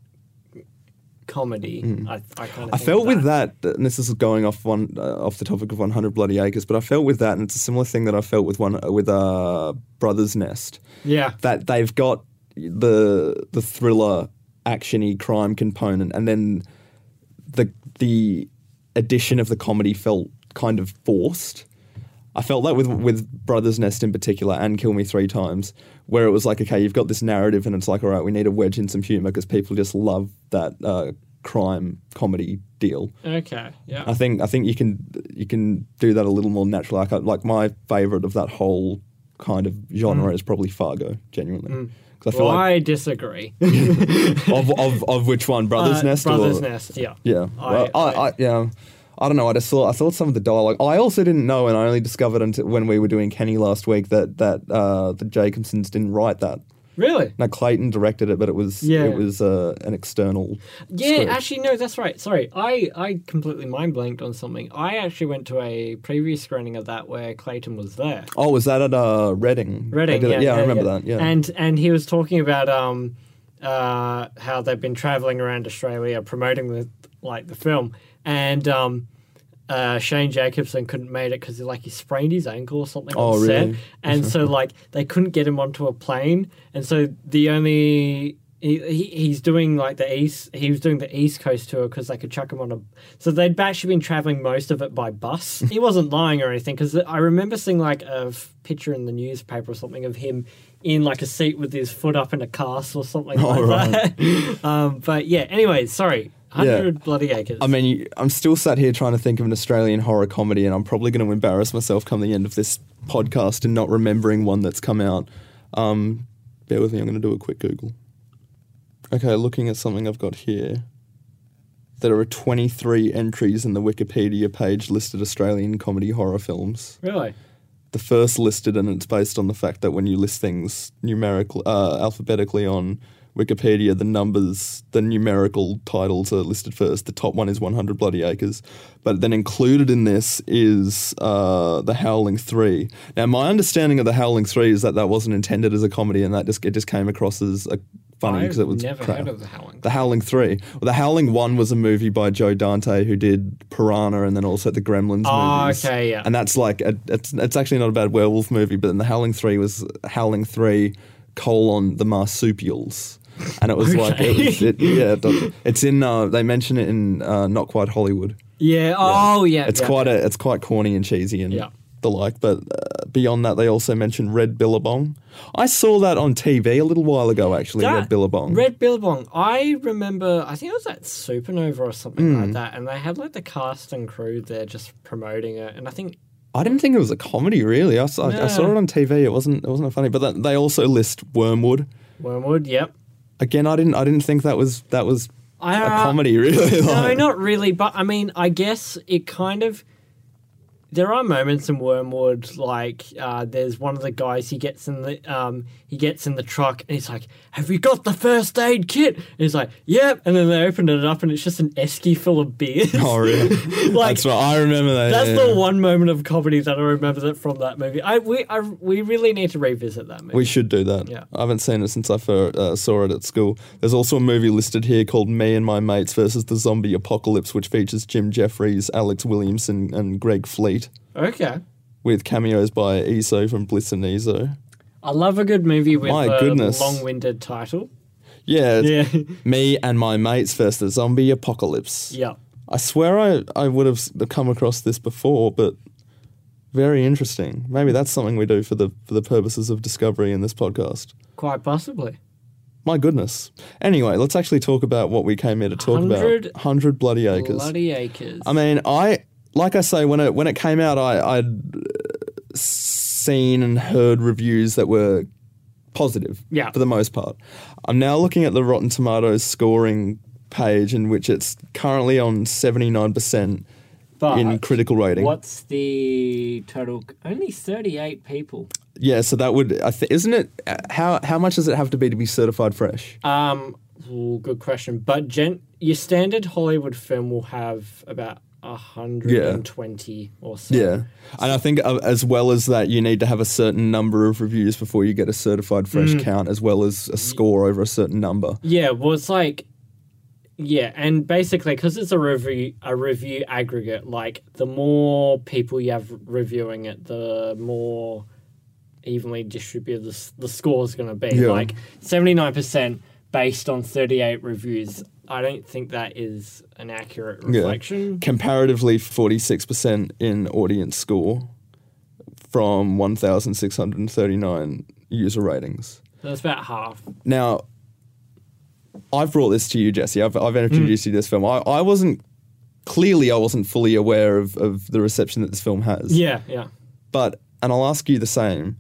comedy, I, I Mm. kind of. I felt with that, th- and this is going off one uh, off the topic of 100 Bloody Acres, but I felt with that, and it's a similar thing that I felt with one with uh, Brothers Nest, Yeah. that they've got the the thriller, actiony crime component, and then the the addition of the comedy felt kind of forced. I felt that with with Brothers Nest in particular and Kill Me Three Times, where it was like, okay, you've got this narrative, and it's like, all right, we need to wedge in some humor because people just love that uh, crime comedy deal. Okay. Yeah. I think I think you can you can do that a little more natural. Like, I- like my favorite of that whole kind of genre is probably Fargo, genuinely, because I feel Mm. Well, like I disagree. of, of of which one, Brothers Uh, Nest, Brothers or, Nest. Yeah. yeah. I- Well, I, I- I, yeah. I don't know. I just saw. I thought some of the dialogue. I also didn't know, and I only discovered until when we were doing Kenny last week that that uh, the Jacobsons didn't write that. Really? No, Clayton directed it, but it was Yeah. it was uh, an external. Yeah. script. Actually, no. That's right. Sorry. I I completely mind blanked on something. I actually went to a preview screening of that where Clayton was there. Oh, was that at uh, Reading? They Reading. did it- Yeah, I remember that. Yeah. And and he was talking about um, uh, how they've been traveling around Australia promoting the like the film, and um, uh, Shane Jacobson couldn't made it because like he sprained his ankle or something Oh, on set, really? and so like they couldn't get him onto a plane, and so the only. He, he, he's doing like the east. He was doing the east coast tour because they could chuck him on a. So they'd actually been traveling most of it by bus. he wasn't lying or anything because I remember seeing like a f- picture in the newspaper or something of him in like a seat with his foot up in a cast or something like that. um, but yeah. Anyway, sorry. Hundred bloody acres. I mean, you, I'm still sat here trying to think of an Australian horror comedy, and I'm probably going to embarrass myself come the end of this podcast and not remembering one that's come out. Um, bear with me, I'm going to do a quick Google. Okay, looking at something I've got here. There are 23 entries in the Wikipedia page listed Australian comedy horror films. really. The first listed, and it's based on the fact that when you list things numerically, uh, alphabetically on Wikipedia, the numbers, the numerical titles are listed first. The top one is 100 Bloody Acres. But then included in this is uh, The Howling Three. Now, my understanding of The Howling Three is that that wasn't intended as a comedy and that just it just came across as a funny I've because it was never crap. heard of the Howling. The Howling Three. Well, the Howling One was a movie by Joe Dante who did Piranha and then also the Gremlins Oh, movies. okay, yeah. And that's like a, it's, it's actually not a bad werewolf movie, but then the Howling Three was Howling Three colon the marsupials. And it was like it was, it, yeah, it does- it's in. Uh, they mention it in uh, not quite Hollywood. yeah. Oh yeah. It's yeah. quite a, it's quite corny and cheesy and Yeah. the like, but uh, beyond that, they also mention red billabong. I saw that on TV a little while ago, actually. red That- billabong. Red Billabong. I remember, I think it was at Supernova or something Hmm. like that, and they had like the cast and crew there just promoting it. And I think, I didn't think it was a comedy, really. I saw, I saw No. it on TV. It wasn't. It wasn't funny. But that, they also list Wormwood. Wormwood, yep. Again, I didn't. I didn't think that was that was I, a uh, comedy, really. No, like. not really, but I mean, I guess it kind of. There are moments in Wormwood, like uh, there's one of the guys he gets in the um, he gets in the truck and he's like, "Have you got the first aid kit?" And he's like, "Yep." And then they open it up and it's just an esky full of beers. Oh, really? like That's right. I remember that. That's yeah, the yeah. one moment of comedy that I remember that from that movie. I we I, we really need to revisit that movie. We should do that. Yeah. I haven't seen it since I fir- uh, saw it at school. There's also a movie listed here called Me and My Mates versus the Zombie Apocalypse, which features Jim Jeffries, Alex Williamson, and Greg Fleet, okay. with cameos by Eso from Bliss and Ezo. I love a good movie with My a goodness. long-winded title. Yeah, it's Yeah. Me and My Mates versus the Zombie Apocalypse. yeah. I swear I, I would have s- come across this before, but very interesting. Maybe that's something we do for the for the purposes of discovery in this podcast. Quite possibly. My goodness. Anyway, let's actually talk about what we came here to talk Hundred about. Hundred bloody acres. Bloody acres. I mean, I like I say when it when it came out, I I'd uh, seen and heard reviews that were positive. Yeah. For the most part, I'm now looking at the Rotten Tomatoes scoring page in which it's currently on 79 percent but in critical rating. what's the total? Only thirty-eight people. Yeah, so that would I th- isn't it? uh, How how much does it have to be to be certified fresh? Um. ooh, good question. But gen- your standard Hollywood film will have about hundred and twenty or so. Yeah. And I think uh, as well as that, you need to have a certain number of reviews before you get a certified fresh count, as well as a score over a certain number. Yeah, well, it's like, yeah, and basically because it's a review, a review aggregate. Like the more people you have reviewing it, the more evenly distributed the, s- the score is going to be. Yeah. Like seventy nine percent based on thirty eight reviews. I don't think that is an accurate Yeah. reflection. Comparatively, 46% in audience score from 1,639 user ratings. That's about half. Now, I've brought this to you, Jesse. I've, I've introduced you to this film. I, I wasn't, clearly, I wasn't fully aware of, of the reception that this film has. Yeah, yeah. But, and I'll ask you the same.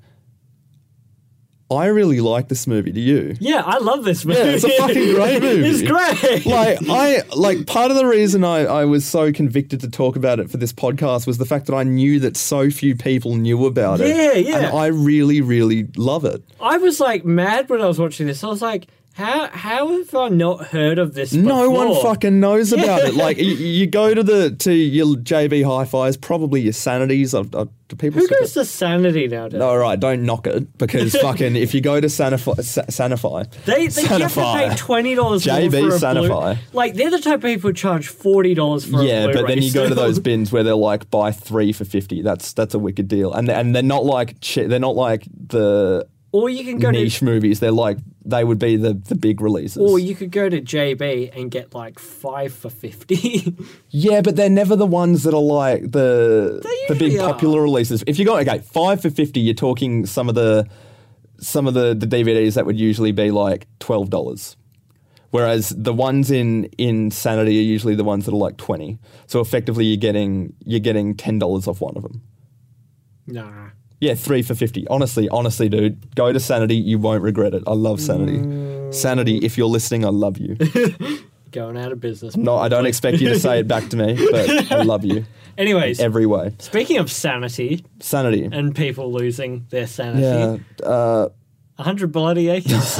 I really like this movie. Do you? Yeah, I love this movie. it's a fucking great movie. it's great. like I like part of the reason I, I was so convicted to talk about it for this podcast was the fact that I knew that so few people knew about it. Yeah, yeah. And I really, really love it. I was like mad when I was watching this. I was like, how how have I not heard of this? No one before? fucking knows about it. Like you, you go to the to your JB Hi-Fi's, probably your Sanities. I, I, do people Who still- goes to Sanity nowadays? All right, don't knock it because fucking if you go to Sanify, Sa- Sanify, They, they have to Sanify. pay twenty dollars. JB for a Sanify. Blue, like they're the type of people who charge forty dollars for a Yeah, Blu-ray but then you go to still. those bins where they're like buy three for fifty. That's that's a wicked deal, and and they're not like che- they're not like the or you can go niche to movies. They're like they would be the the big releases. or you could go to JB and get like five for fifty. yeah, but they're never the ones that are like the They the big usually are. popular releases. If you go okay five for fifty, you're talking some of the some of the the DVDs that would usually be like twelve dollars. Whereas the ones in Insanity are usually the ones that are like twenty. So effectively, you're getting you're getting ten dollars off one of them. nah. Yeah, three for fifty. Honestly, honestly, dude, go to Sanity. You won't regret it. I love Sanity. Sanity, if you're listening, I love you. Going out of business. No, I don't expect you to say it back to me, but I love you Anyways, every way. speaking of sanity Sanity. and people losing their Yeah, sanity, uh, a hundred bloody acres.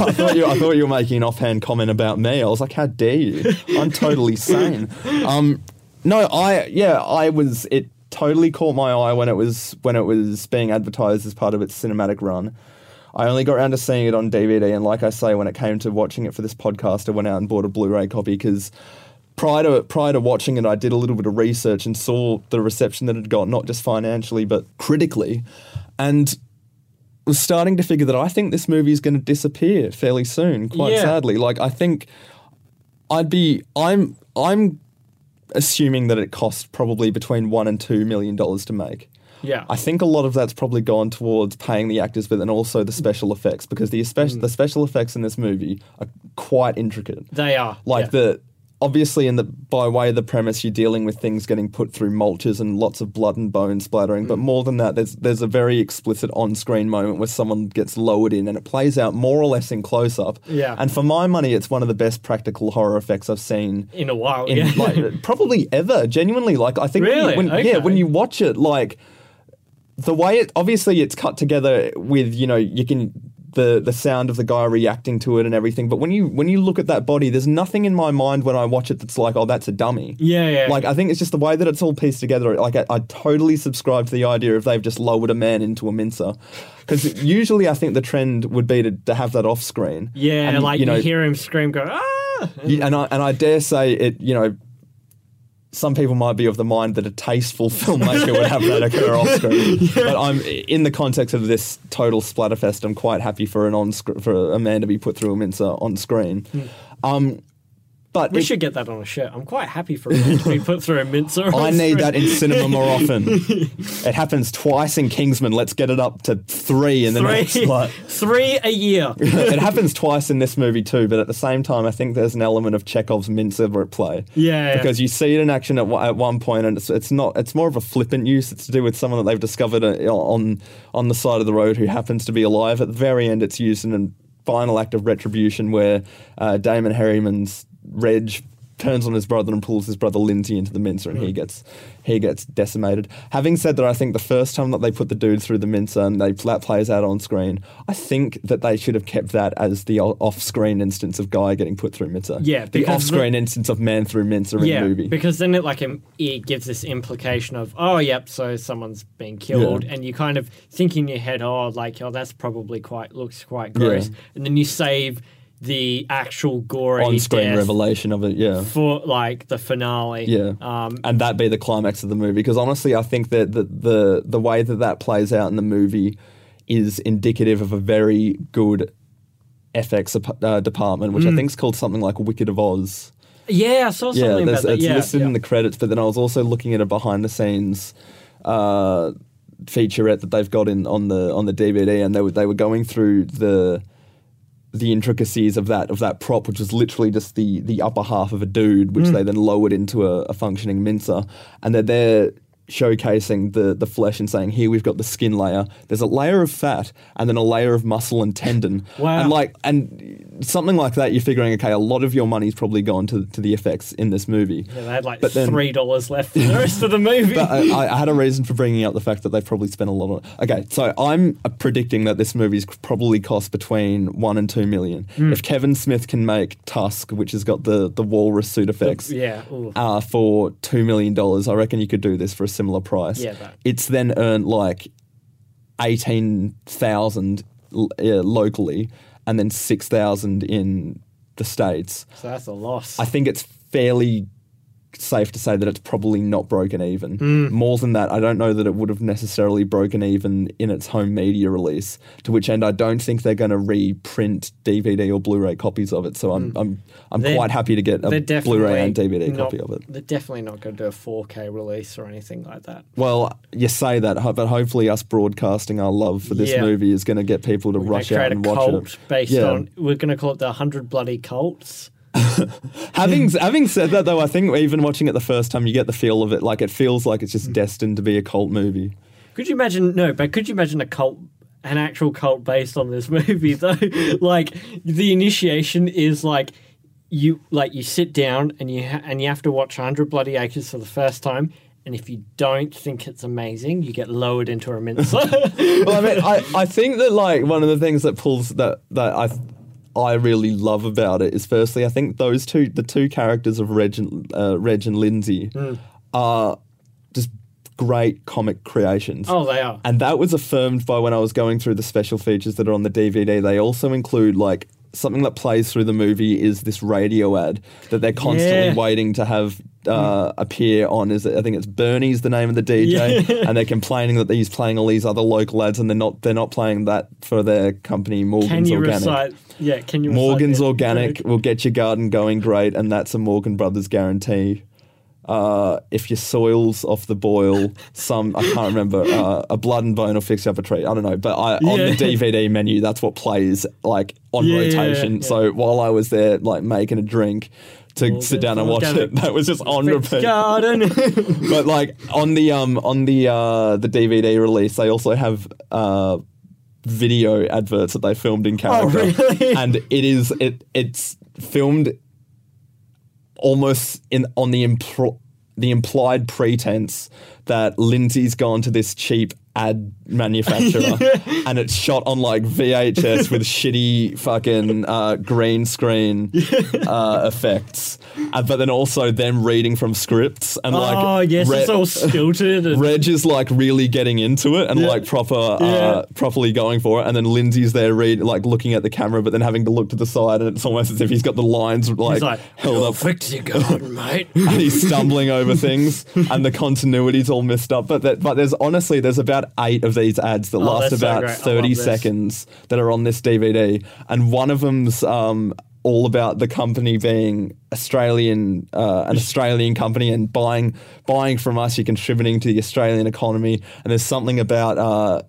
I thought you. I thought you were making an offhand comment about me. I was like, "How dare you? I'm totally sane." Um, no, I yeah, I was. It totally caught my eye when it was when it was being advertised as part of its cinematic run. I only got around to seeing it on DVD, and like I say, when it came to watching it for this podcast, I went out and bought a Blu-ray copy because prior to prior to watching it, I did a little bit of research and saw the reception that it got, not just financially but critically, and was starting to figure that I think this movie is going to disappear fairly soon, quite Yeah. sadly. Like I think I'd be I'm I'm assuming that it cost probably between one and two million dollars to make. Yeah. I think a lot of that's probably gone towards paying the actors, but then also the special effects because the especially the special effects in this movie are quite intricate. They are. like yeah. the obviously in the by way of the premise you're dealing with things getting put through mulches and lots of blood and bone splattering Mm. but more than that there's there's a very explicit on-screen moment where someone gets lowered in and it plays out more or less in close up Yeah. and for my money it's one of the best practical horror effects I've seen in a while. in yeah. like probably ever genuinely like I think Really? when, you- when yeah Okay. when you watch it like the way it obviously it's cut together with you know you can the the sound of the guy reacting to it and everything but when you when you look at that body there's nothing in my mind when I watch it that's like oh that's a dummy Yeah, yeah. like I think it's just the way that it's all pieced together like I, I totally subscribe to the idea if they've just lowered a man into a mincer because usually I think the trend would be to, to have that off screen yeah, And, like you you, know hear him scream, go ah. you- and I and I dare say it. You know, some people might be of the mind that a tasteful filmmaker would have that occur off screen. But I'm in the context of this total splatterfest. I'm quite happy for an on sc- for a man to be put through a mincer on screen. Um, but Hmm. We it- should get that on a shirt. I'm quite happy for it to be put through a mincer. I on need screen. that in cinema more often. it happens twice in Kingsman. Let's get it up to three in the next. three, Like, three a year. it happens twice in this movie too, but at the same time, I think there's an element of Chekhov's mincer at play. Yeah, yeah. because you see it in action at, one- at one point, and it's, it's not. It's more of a flippant use. It's to do with someone that they've discovered uh, on on the side of the road who happens to be alive. At the very end, it's used in a final act of retribution where uh, Damon Harriman's Reg turns on his brother and pulls his brother Lindsay into the mincer, Hmm. and he gets he gets decimated. Having said that, I think the first time that they put the dude through the mincer and they that plays out on screen, I think that they should have kept that as the off screen instance of guy getting put through mincer. Yeah, the because off screen instance of man through mincer in yeah, the movie. because then it like im- it gives this implication of oh yep, so someone's been killed, Yeah. and you kind of think in your head oh like oh that's probably quite looks quite gross, and then you save the actual gory on screen death revelation of it, yeah. for like the finale. Yeah, Um, and that be the climax of the movie because honestly, I think that the, the the way that that plays out in the movie is indicative of a very good FX ap- uh, department, which I Mm. think is called something like Wicked of Oz. yeah, I Yeah, saw something there's- about that. it's Yeah, listed yeah. in the credits, but then I was also looking at a behind the scenes uh, featurette that they've got in on the on the DVD, and they were they were going through the the intricacies of that of that prop, which was literally just the the upper half of a dude, Hmm. which they then lowered into a, a functioning mincer, and they're there showcasing the the flesh and saying, here we've got the skin layer. There's a layer of fat, and then a layer of muscle and tendon. Wow. And like and something like that, you're figuring, okay, a lot of your money's probably gone to to the effects in this movie. Yeah, they had like But then- three dollars left for the rest of the movie. But I, I- I had a reason for bringing up the fact that they probably spent a lot on. Okay, so I'm uh, predicting that this movie's probably cost between one and two million. Hmm. If Kevin Smith can make Tusk, which has got the the walrus suit effects, yeah, ooh. uh, for two million dollars, I reckon you could do this for a similar price. Yeah, but- it's then earned like eighteen thousand uh, locally, and then six thousand in the states. so that's a loss. I think it's fairly safe to say that it's probably not broken even. Hmm. More than that, I don't know that it would have necessarily broken even in its home media release, to which end I don't think they're going to reprint DVD or Blu-ray copies of it. So I'm I'm I'm Hmm. They're- quite happy to get They're a definitely Blu-ray and DVD not- copy of it. They're definitely not going to do a 4K release or anything like that. Well, you say that, ho- but hopefully us broadcasting our love for this Yeah. movie is going to get people to We're rush gonna out create and a watch cult it. based Yeah. on. We're going to call it the hundred bloody cults. having having said that though, I think even watching it the first time, you get the feel of it. Like it feels like it's Mm. just destined to be a cult movie. Could you imagine? No, but could you imagine a cult? An actual cult based on this movie, though. like the initiation is like you like you sit down and you ha- and you have to watch 100 bloody acres for the first time and if you don't think it's amazing you get lowered into a mincer well, I mean, I, I think that like one of the things that pulls that that I I really love about it is firstly, I think those two the two characters of Reg and uh, Reg and Lindsay Mm. are just great comic creations. oh they are And that was affirmed by when I was going through the special features that are on the DVD. They also include like something that plays through the movie is this radio ad that they're constantly Yeah. waiting to have uh, appear on. Is it, I think it's Bernie's the name of the DJ, and they're complaining that he's playing all these other local ads, and they're not they're not playing that for their company Morgan's can you Organic. recite yeah can you recite Morgan's the- Organic will get your garden going great, and that's a Morgan Brothers guarantee. Uh, if your soil's off the boil, some I can't remember. Uh, a blood and bone will fix you up a tree. I don't know, but I, on Yeah. the DVD menu, that's what plays like on Yeah, yeah, rotation. yeah. So while I was there, like making a drink to sit down and watch it, Organic. that was just on repeat Garden. but like on the um on the uh the DVD release, they also have uh video adverts that they filmed in character, Oh, really? and it is it it's filmed almost in on the impl- the implied pretense that Lindsay's gone to this cheap ad manufacturer and it's shot on like VHS with shitty fucking uh, green screen uh, effects Uh, but then also them reading from scripts and like oh yes, re- it's all stilted. And, Reg is like really getting into it and Yeah. like proper Yeah. uh, properly going for it, and then Lindsay's there read like looking at the camera, but then having to look to the side, and it's almost as if he's got the lines like, it's like held up, perfect your garden, mate. and he's stumbling over things, and the continuity's all messed up. But that, but there's honestly there's about eight of these ads that last Oh, that's so about great. I love thirty this. seconds that are on this DVD, and one of them's. Um, all about the company being Australian, uh, an Australian company, and buying buying from us. You're contributing to the Australian economy, and there's something about uh,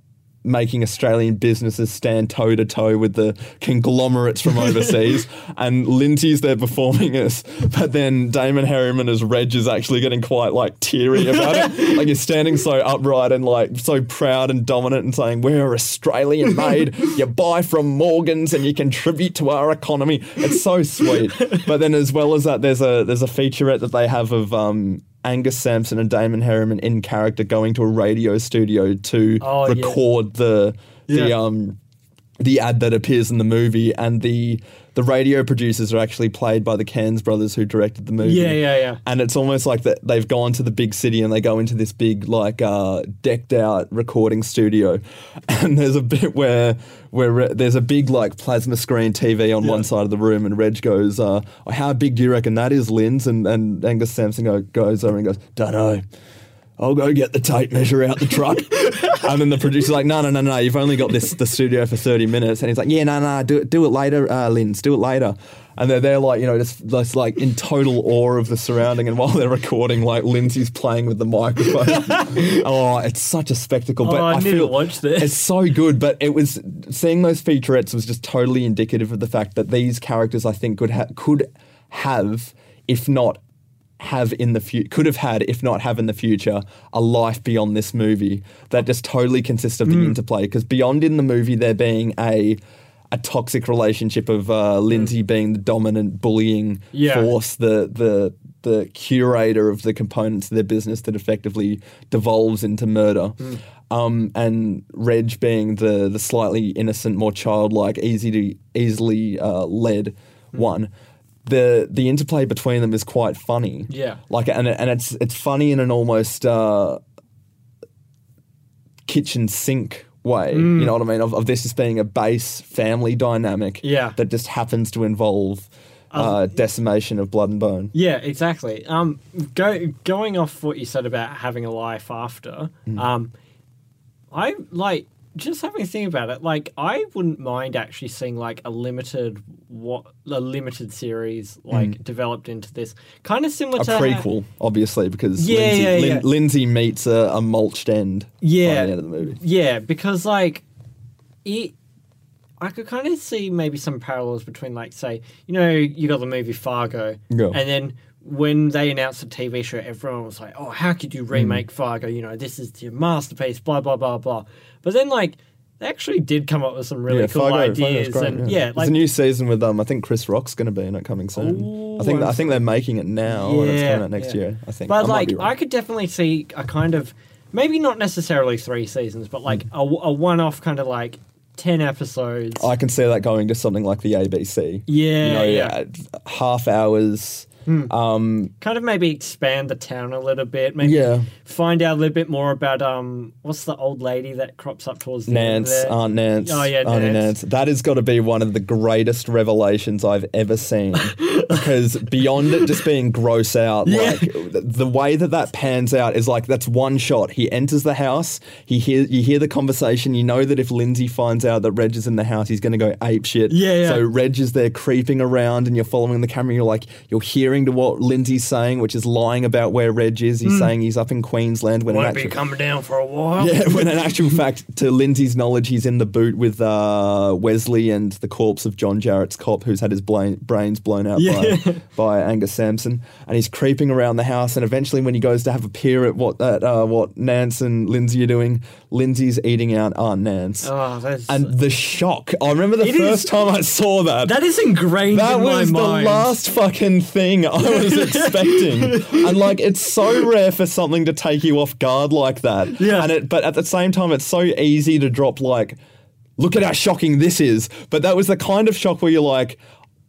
making Australian businesses stand toe to toe with the conglomerates from overseas. and Lindsay's there performing this, but then Damon Harriman as Reg is actually getting quite like teary about it. like he's standing so upright and like so proud and dominant and saying, We're Australian made. You buy from Morgans and you contribute to our economy. It's so sweet. but then as well as that, there's a there's a featurette that they have of um Angus Sampson and Damon Harriman in character going to a radio studio to Oh, yeah. record the the Yeah. um the ad that appears in the movie and the the radio producers are actually played by the Cairns brothers who directed the movie. Yeah, yeah, yeah. And it's almost like that they've gone to the big city and they go into this big like uh, decked out recording studio. And there's a bit where where Re- there's a big like plasma screen TV on one side of the room and Reg goes, uh, "How big do you reckon that is, Linz?" And and Angus Sampson go, goes over and goes, "Dunno." I'll go get the tape measure out the truck. and then the producer's like, no, no, no, no, you've only got this the studio for 30 minutes. And he's like, yeah, no, no, do it, do it later, uh, Linz, do it later. And they're there like, you know, just, just like in total awe of the surrounding. And while they're recording, like Lindsay's playing with the microphone. oh, it's such a spectacle. But Oh, I I, need to feel watch this. It's so good. But it was, seeing those featurettes was just totally indicative of the fact that these characters, I think, could, ha- could have, if not have in the future, could have had, if not have in the future, a life beyond this movie that just totally consists of the interplay. Because beyond in the movie, there being a a toxic relationship of uh, Lindsay being the dominant bullying Yeah. force, the the the curator of the components of their business that effectively devolves into murder. Hmm. Um, and Reg being the the slightly innocent, more childlike, easy to easily uh, led Hmm. one. The the interplay between them is quite funny. Yeah. like and and it's it's funny in an almost. Uh, kitchen sink way. Hmm. You know what I mean? Of, of this as being a base family dynamic Yeah. that just happens to involve uh, decimation of blood and bone. Yeah, exactly. Um, go, going off what you said about having a life after, Mm. um, I like just having a think about it. Like, I wouldn't mind actually seeing like a limited what a limited series like developed into this kind of similar Mm. A to prequel, obviously, because Yeah, Lindsay, yeah, Lin- yeah. Lindsay meets a, a mulched end Yeah. by the end of the movie. Yeah, because like it I could kind of see maybe some parallels between like say, you know, you got the movie Fargo Yeah. and then when they announced the TV show, everyone was like, "Oh, how could you Mm. remake Fargo? You know, this is your masterpiece." Blah blah blah blah. But then, like, they actually did come up with some really cool Fargo's ideas, great, and yeah, There's like, a new season with um. I think Chris Rock's going to be in it coming soon. I think Ooh, I think they're making it now, and it's Yeah, Oh, coming out next yeah. year. I think. But I might like, be wrong. I could definitely see a kind of maybe not necessarily three seasons, but like a, a one-off kind of like ten episodes. Mm. I can see that going to something like the ABC. Yeah, you know, yeah. Hmm. uh, half hours. um, kind of maybe expand the town a little bit. Maybe Yeah. find out a little bit more about um, what's the old lady that crops up towards the Nance, end there? Aunt Nance. Oh yeah, Auntie Nance. That has got to be one of the greatest revelations I've ever seen. because beyond it just being gross out, Yeah. like th- the way that that pans out is like that's one shot. He enters the house, he hear, you hear the conversation, you know that if Lindsay finds out that Reg is in the house, he's going to go ape shit. Yeah, yeah. So Reg is there creeping around and you're following the camera, you're like, you're hearing pandering to what Lindsay's saying, which is lying about where Reg is. He's saying he's up in Queensland when in Won't Hmm. be actual, coming down for a while. yeah, when in actual fact, to Lindsay's knowledge, he's in the boot with uh, Wesley and the corpse of John Jarrett's cop who's had his bla- brains blown out by, by Angus Sampson. And he's creeping around the house. And eventually, when he goes to have a peer at what at, uh, what Nance and Lindsay are doing, Lindsay's eating out Aunt Nance. Oh, that's, and the shock. I remember the It first is- time I saw that. that is ingrained That in was my the mind. last fucking thing I was expecting. And like it's so rare for something to take you off guard like that. Yeah. And it but at the same time it's so easy to drop like look at how shocking this is. But that was the kind of shock where you're like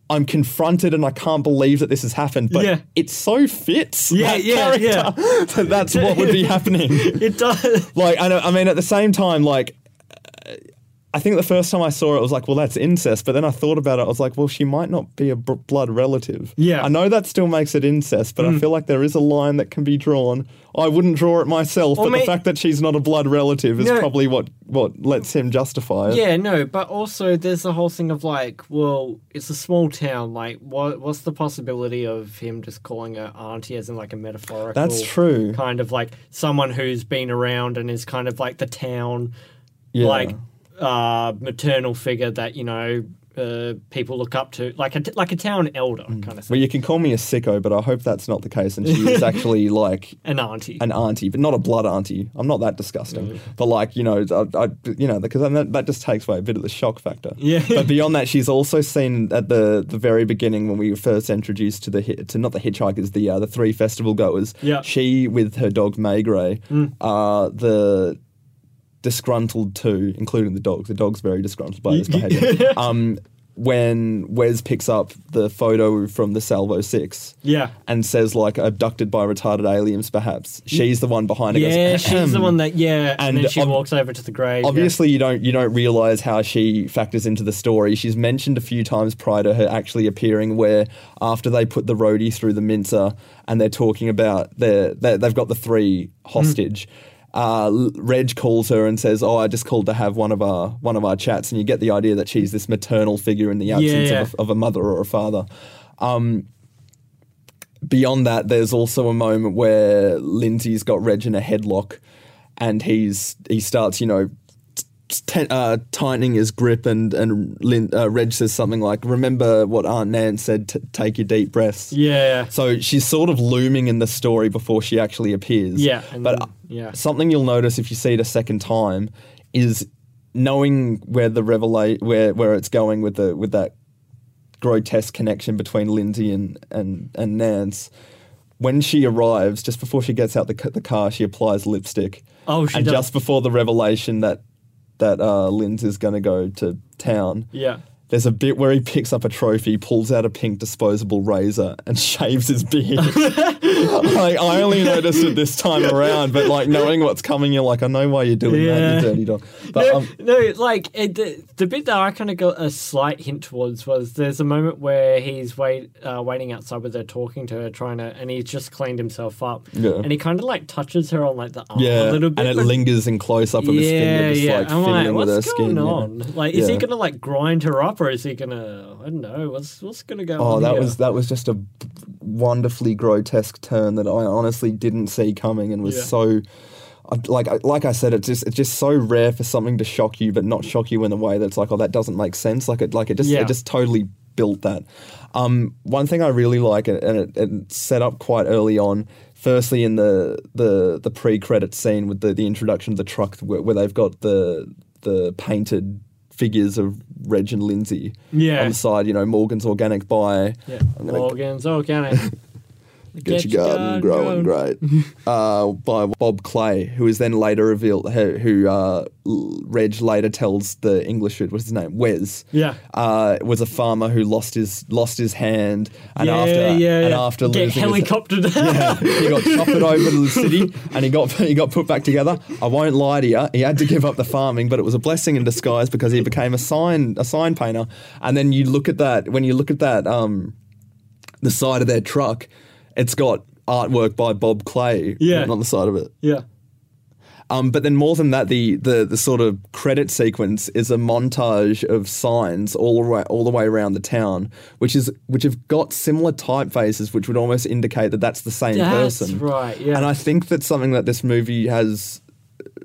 I'm confronted and I can't believe that this has happened, but Yeah. it so fits Yeah, that yeah, yeah. character that that's what would be happening It does. like I, know, I mean at the same time like uh, i think the first time i saw it I was like well that's incest but then i thought about it i was like well she might not be a b- blood relative Yeah. Mm. i know that still makes it incest but i feel like there is a line that can be drawn i wouldn't draw it myself Or but may- the fact that she's not a blood relative is No. probably what what lets him justify it Yeah, no, but also there's the whole thing of like, well, it's a small town. Like, what what's the possibility of him just calling her auntie as in like a metaphorical? That's true. Kind of like someone who's been around and is kind of like the town, Yeah. like uh, maternal figure that you know uh, people look up to, like a t- like a town elder kind of Mm. well thing, you can call me a sicko but i hope that's not the case and she is actually like an auntie. an auntie, but not a blood auntie. I'm not that disgusting, but like you know, I, I you know, because then that, that just takes away a bit of the shock factor. Yeah. but beyond that, she's also seen at the the very beginning when we were first introduced to the hi- to not the hitchhikers, the uh, the three festival goers. Yeah. Mm. she with her dog May Gray, uh, the disgruntled too, including the dog. The dog's very disgruntled by his behaviour. um, when Wes picks up the photo from the Salvo Six, Yeah. and says like abducted by retarded aliens, perhaps she's the one behind it. yeah, goes, she's the "Ahem." one that yeah, and, And then she ob- walks over to the grave. yeah. Obviously, you don't you don't realize how she factors into the story. She's mentioned a few times prior to her actually appearing, where after they put the roadie through the mincer and they're talking about their they, they've got the three hostage. Mm. Uh, L- Reg calls her and says, "Oh, I just called to have one of our one of our chats," and you get the idea that she's this maternal figure in the absence yeah. Of, a, of a mother or a father. Um, beyond that, there's also a moment where Lindsay's got Reg in a headlock, and he's he starts, you know, t- t- uh, tightening his grip, and and Lin- uh, Reg says something like, "Remember what Aunt Nan said: t- take your deep breaths." Yeah. So she's sort of looming in the story before she actually appears. Yeah, and but then- uh, yeah. something you'll notice if you see it a second time is knowing where the revelate where where it's going with the with that grotesque connection between Lindsay and and and Nance. When she arrives, just before she gets out the, ca- the car, she applies lipstick. Oh, she and does. just before the revelation that that uh, Linz is going to go to town, Yeah. there's a bit where he picks up a trophy, pulls out a pink disposable razor, and shaves his beard. like I only noticed it this time around, but like knowing what's coming, you're like, I know why you're doing Yeah. that, you dirty dog. But no, um, no, like it, the, the bit that I kind of got a slight hint towards was there's a moment where he's wait uh, waiting outside with her, talking to her, trying to, and he's just cleaned himself up, Yeah. and he kind of like touches her on like the arm yeah, a little bit, and it but- lingers in close up of his finger, just like I'm fiddling like, with what's her going skin. yeah. on? Like, is he Yeah. gonna like grind her up, or is he gonna? I don't know. What's what's gonna go Oh, on? that here? was that was just a b- wonderfully grotesque turn that I honestly didn't see coming, and was Yeah. so I- like I- like I said, it's just it's just so rare for something to shock you, but not shock you in a way that's like, oh, that doesn't make sense. Like it like it just Yeah. it just totally built that. Um, one thing I really like, and and it, it set up quite early on. Firstly, in the the the pre credit scene with the the introduction of the truck, where, where they've got the the painted figures of Reg and Lindsay Yeah. on the side, you know, Morgan's organic buy. yeah. I'm gonna organs organic. get, your garden, growing great. uh, by Bob Clay, who is then later revealed, who, who uh, L- Reg later tells the English dude, what's his name, Wes. Yeah. Uh, was a farmer who lost his lost his hand, and yeah, after yeah, and yeah. after get losing his- helicoptered. he got choppered over to the city and he got he got put back together. I won't lie to you, he had to give up the farming, but it was a blessing in disguise because he became a sign a sign painter. And then you look at that when you look at that um, the side of their truck, it's got artwork by Bob Clay Yeah. on the side of it. yeah. Um, but then more than that, the, the the sort of credit sequence is a montage of signs all the way all the way around the town, which is which have got similar typefaces, which would almost indicate that that's the same That's person. right, yeah. And I think that's something that this movie has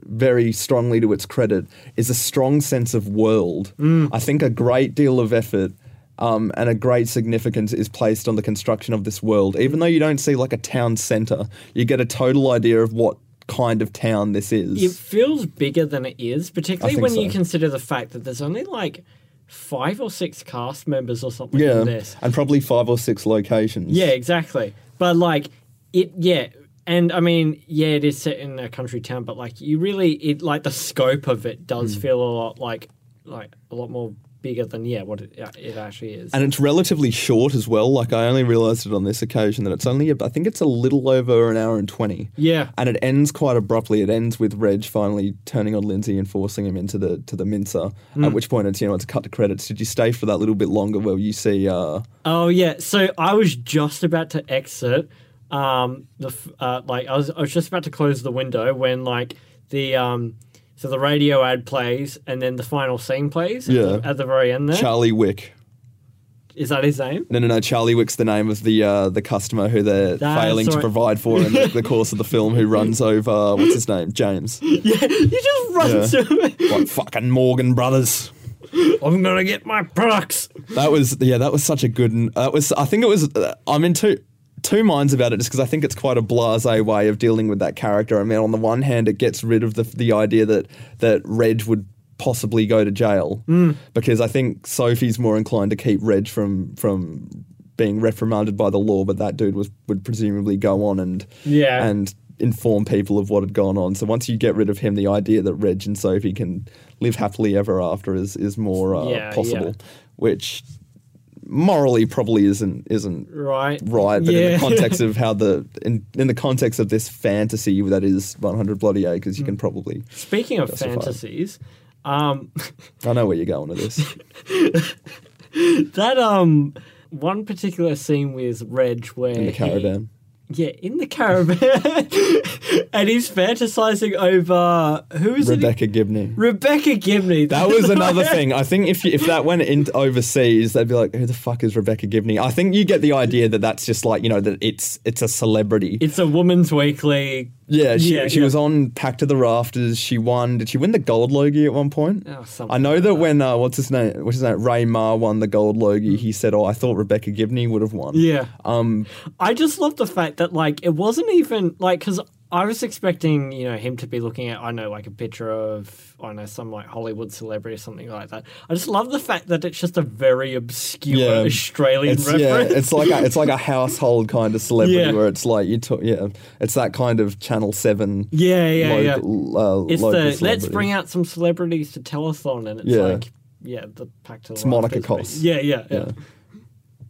very strongly to its credit is a strong sense of world. Mm. I think a great deal of effort um, and a great significance is placed on the construction of this world. Even though you don't see like a town centre, you get a total idea of what kind of town this is. It feels bigger than it is, particularly think when you so. consider the fact that there's only like five or six cast members or something in yeah, this. and probably five or six locations. Yeah, exactly. But like it, yeah. And I mean, yeah, it is set in a country town, but like you really, it like the scope of it Hmm. does feel a lot like like a lot more bigger than yeah what it, uh, it actually is. And it's relatively short as well. Like I only realised it on this occasion that it's only I think it's a little over an hour and twenty. Yeah. And it ends quite abruptly. It ends with Reg finally turning on Lindsay and forcing him into the to the mincer. At which point it's you know it's a cut to credits. Did you stay for that little bit longer where you see uh, Oh yeah, so I was just about to exit. Um, the f- uh, like I was I was just about to close the window when like the um, so the radio ad plays and then the final scene plays. at the- Yeah. at the very end there is Charlie Wick? that his name? No, no, no. Charlie Wick's the name of the uh, the customer who they're That's failing to right. provide for in the, the course of the film. Who runs over what's his name? James. You just run Yeah. to him. like fucking Morgan Brothers. I'm gonna get my products. That was yeah. That was such a good. That was. I think it was. uh, I'm in two two minds about it just because I think it's quite a blasé way of dealing with that character. I mean, on the one hand, it gets rid of the the idea that that Reg would possibly go to jail because I think Sophie's more inclined to keep Reg from from being reprimanded by the law, but that dude was would presumably go on and Yeah. and inform people of what had gone on. So once you get rid of him, the idea that Reg and Sophie can live happily ever after is is more uh, Yeah, yeah. possible which morally probably isn't isn't Right. right, but in Yeah. the context of how the in, in the context of this fantasy that is 100 bloody acres, Mm. you can probably Speaking of Justified. fantasies, um, I know where you're going with this. that um one particular scene with Reg where In the caravan, Yeah, in the caravan. and he's fantasizing over who is it? Rebecca Gibney. Rebecca Gibney. That was another thing. I think if you, if that went in overseas, they'd be like, "Who the fuck is Rebecca Gibney?" I think you get the idea that that's just like you know that it's it's a celebrity. It's a woman's weekly. Yeah, she, Yeah, she yeah. was on Pack to the Rafters. She won. Did she win the gold Logie at one point? Oh, something I know like that when uh, what's his name? What's his name? Ray Ma won the gold Logie. He said, "Oh, I thought Rebecca Gibney would have won." Hmm. Yeah. Um. I just love the fact that, like, it wasn't even, like, because I was expecting, you know, him to be looking at, I know, like a picture of, I don't know, some, like, Hollywood celebrity or something like that. I just love the fact that it's just a very obscure Yeah. Australian It's, yeah, reference. it's like a, it's like a household kind of celebrity Yeah. where it's like you took yeah, it's that kind of Channel Seven. Yeah, yeah, yeah. local, Uh, It's local the let's celebrity. bring out some celebrities to telethon, and it's Yeah. like, yeah, the pack to the It's Monica rafters, Coss. Yeah, yeah, yeah, Yeah.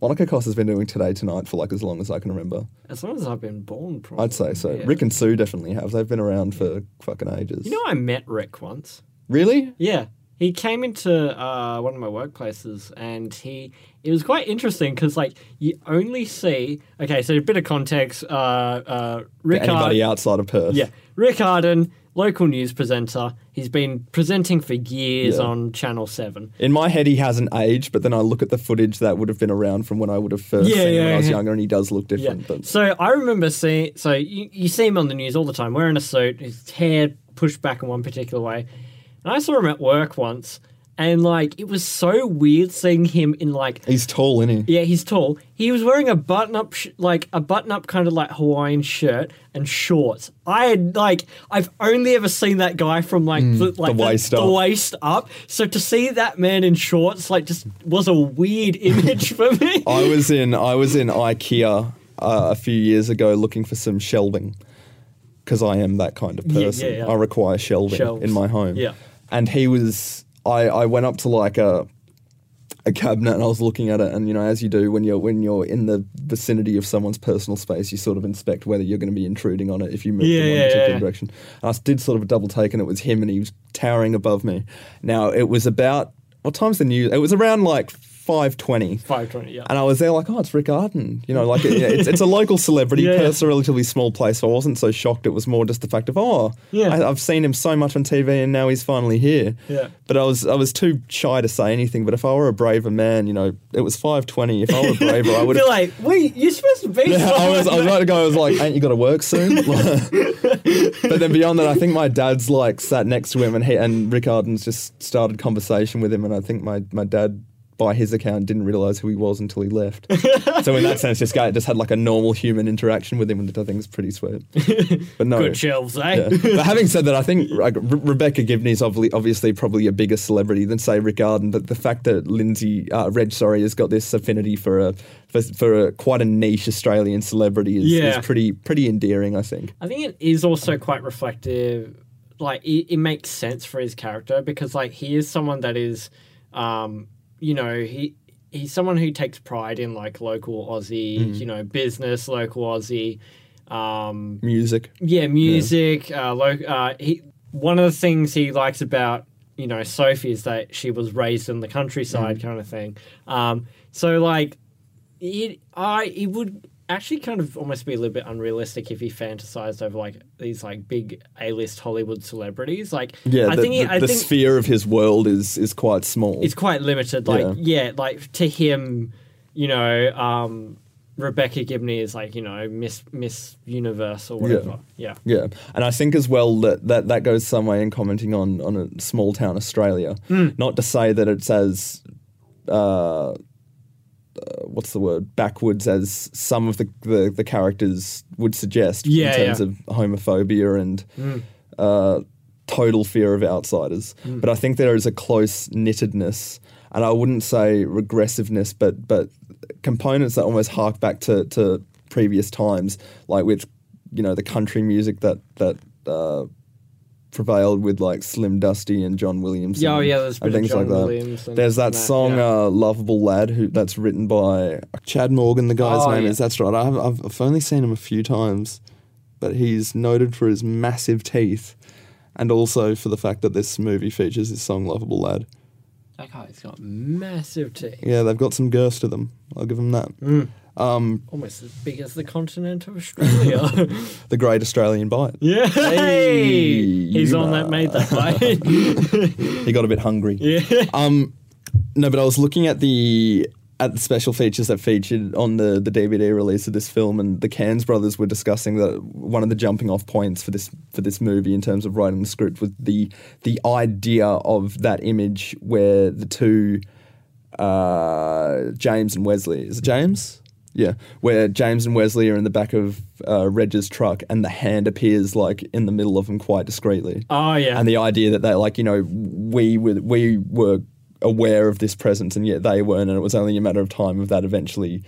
Monica Coss has been doing today tonight for like as long as I can remember. As long as I've been born, probably. I'd say so. Yeah. Rick and Sue definitely have. They've been around for fucking ages. You know, I met Rick once. really? Yeah, he came into uh, one of my workplaces, and he it was quite interesting because like you only see okay, so a bit of context. Uh, uh, Rick Anybody Hard- outside of Perth? yeah, Rick Arden, local news presenter. He's been presenting for years Yeah. on Channel Seven. In my head, he hasn't aged, but then I look at the footage that would have been around from when I would have first Yeah, seen him when yeah, I was yeah. younger, and he does look Yeah. different. But So I remember seeing. So you, you see him on the news all the time, wearing a suit, his hair pushed back in one particular way. And I saw him at work once, and like it was so weird seeing him in like. he's tall, isn't he? Yeah, he's tall. He was wearing a button-up, sh- like a button-up kind of like Hawaiian shirt and shorts. I had like I've only ever seen that guy from like the, like Mm, waist the up. waist up. So to see that man in shorts like just was a weird image for me. I was in I was in IKEA uh, a few years ago looking for some shelving because I am that kind of Yeah, yeah, person. yeah. I require shelving Shelves. in my home. Yeah. and he was. I I went up to like a a cabinet and I was looking at it and you know as you do when you're when you're in the vicinity of someone's personal space you sort of inspect whether you're going to be intruding on it if you move Yeah, in one yeah, particular yeah. direction and I did sort of a double take and it was him and he was towering above me now it was about what time's the news it was around like five twenty. Five twenty. Yeah. And I was there like, oh, it's Rick Arden. You know, like it, it's, it's a local celebrity, Yeah, but yeah. it's a relatively small place. So I wasn't so shocked. It was more just the fact of, oh, Yeah. I, I've seen him so much on TV and now he's finally here. Yeah. But I was I was too shy to say anything. But if I were a braver man, you know, it was 520. If I were braver, I would Be have. like, wait, you're supposed to be. Yeah, I someone." was, I was about to go. I was like, "Ain't you got to work soon?" but then beyond that, I think my dad's like sat next to him, and he and Rick Arden's just started conversation with him, and I think my my dad, by his account, didn't realize who he was until he left. so in that sense, this guy just had like a normal human interaction with him, and I think it's pretty sweet. But no. Good shelves, eh? yeah. But having said that, I think like, Re- Rebecca Gibney's obviously, obviously probably a bigger celebrity than say Rick Arden. But the fact that Lindsay uh, Reg, sorry, has got this affinity for a for, for a, quite a niche Australian celebrity is, Yeah. is pretty pretty endearing. I think. I think it is also quite reflective. Like it, it makes sense for his character because like he is someone that is, um, you know, he he's someone who takes pride in like local Aussie, Mm. you know, business, local Aussie. Um, Music. yeah, music. Uh, lo- uh, he one of the things he likes about you know Sophie is that she was raised in the Mm. countryside, kind of thing. Um, so like, it I it would actually kind of almost be a little bit unrealistic if he fantasized over like these like big A list Hollywood celebrities. Like, Yeah, I the, think he, the, I the think sphere of his world is is quite small. it's quite limited. Like, yeah, like to him, you know, um, Rebecca Gibney is like you know Miss Miss Universe or whatever. yeah. Yeah, and I think as well that that, that goes some way in commenting on on a small town Australia. Hmm. Not to say that it's as uh, uh, what's the word backwards as some of the the, the characters would suggest Yeah, in terms yeah. Hmm. of homophobia and. Uh, Total fear of outsiders, Hmm. but I think there is a close knittedness, and I wouldn't say regressiveness, but but components that almost hark back to, to previous times, like with you know the country music that that uh, prevailed with like Slim Dusty and John Williams. Yeah, oh, and- yeah, there's a and bit of things John like that. Williams and- there's that and that, song yeah. uh, "Lovable Lad" who that's written by Chad Morgan. The guy's Oh, name yeah. is. That's right. I've I've I've only seen him a few times, but he's noted for his massive teeth, and also for the fact that this movie features his song "Lovable Lad." That guy's got massive teeth, Yeah, they've got some girth to them. I'll give them that. Mm. almost as big as the continent of Australia. The Great Australian Bite. yeah, hey, he's you on that made that bite. He got a bit hungry. Um, yeah, No, but I was looking at the at the special features that featured on the the DVD release of this film, and the Cairns brothers were discussing that one of the jumping off points for this for this movie in terms of writing the script was the the idea of that image where the two uh, James and Wesley is it James. Yeah, where James and Wesley are in the back of uh, Reg's truck, and the hand appears like in the middle of them quite discreetly oh yeah, and the idea that they like you know we were we were aware of this presence and yet they weren't and it was only a matter of time of that eventually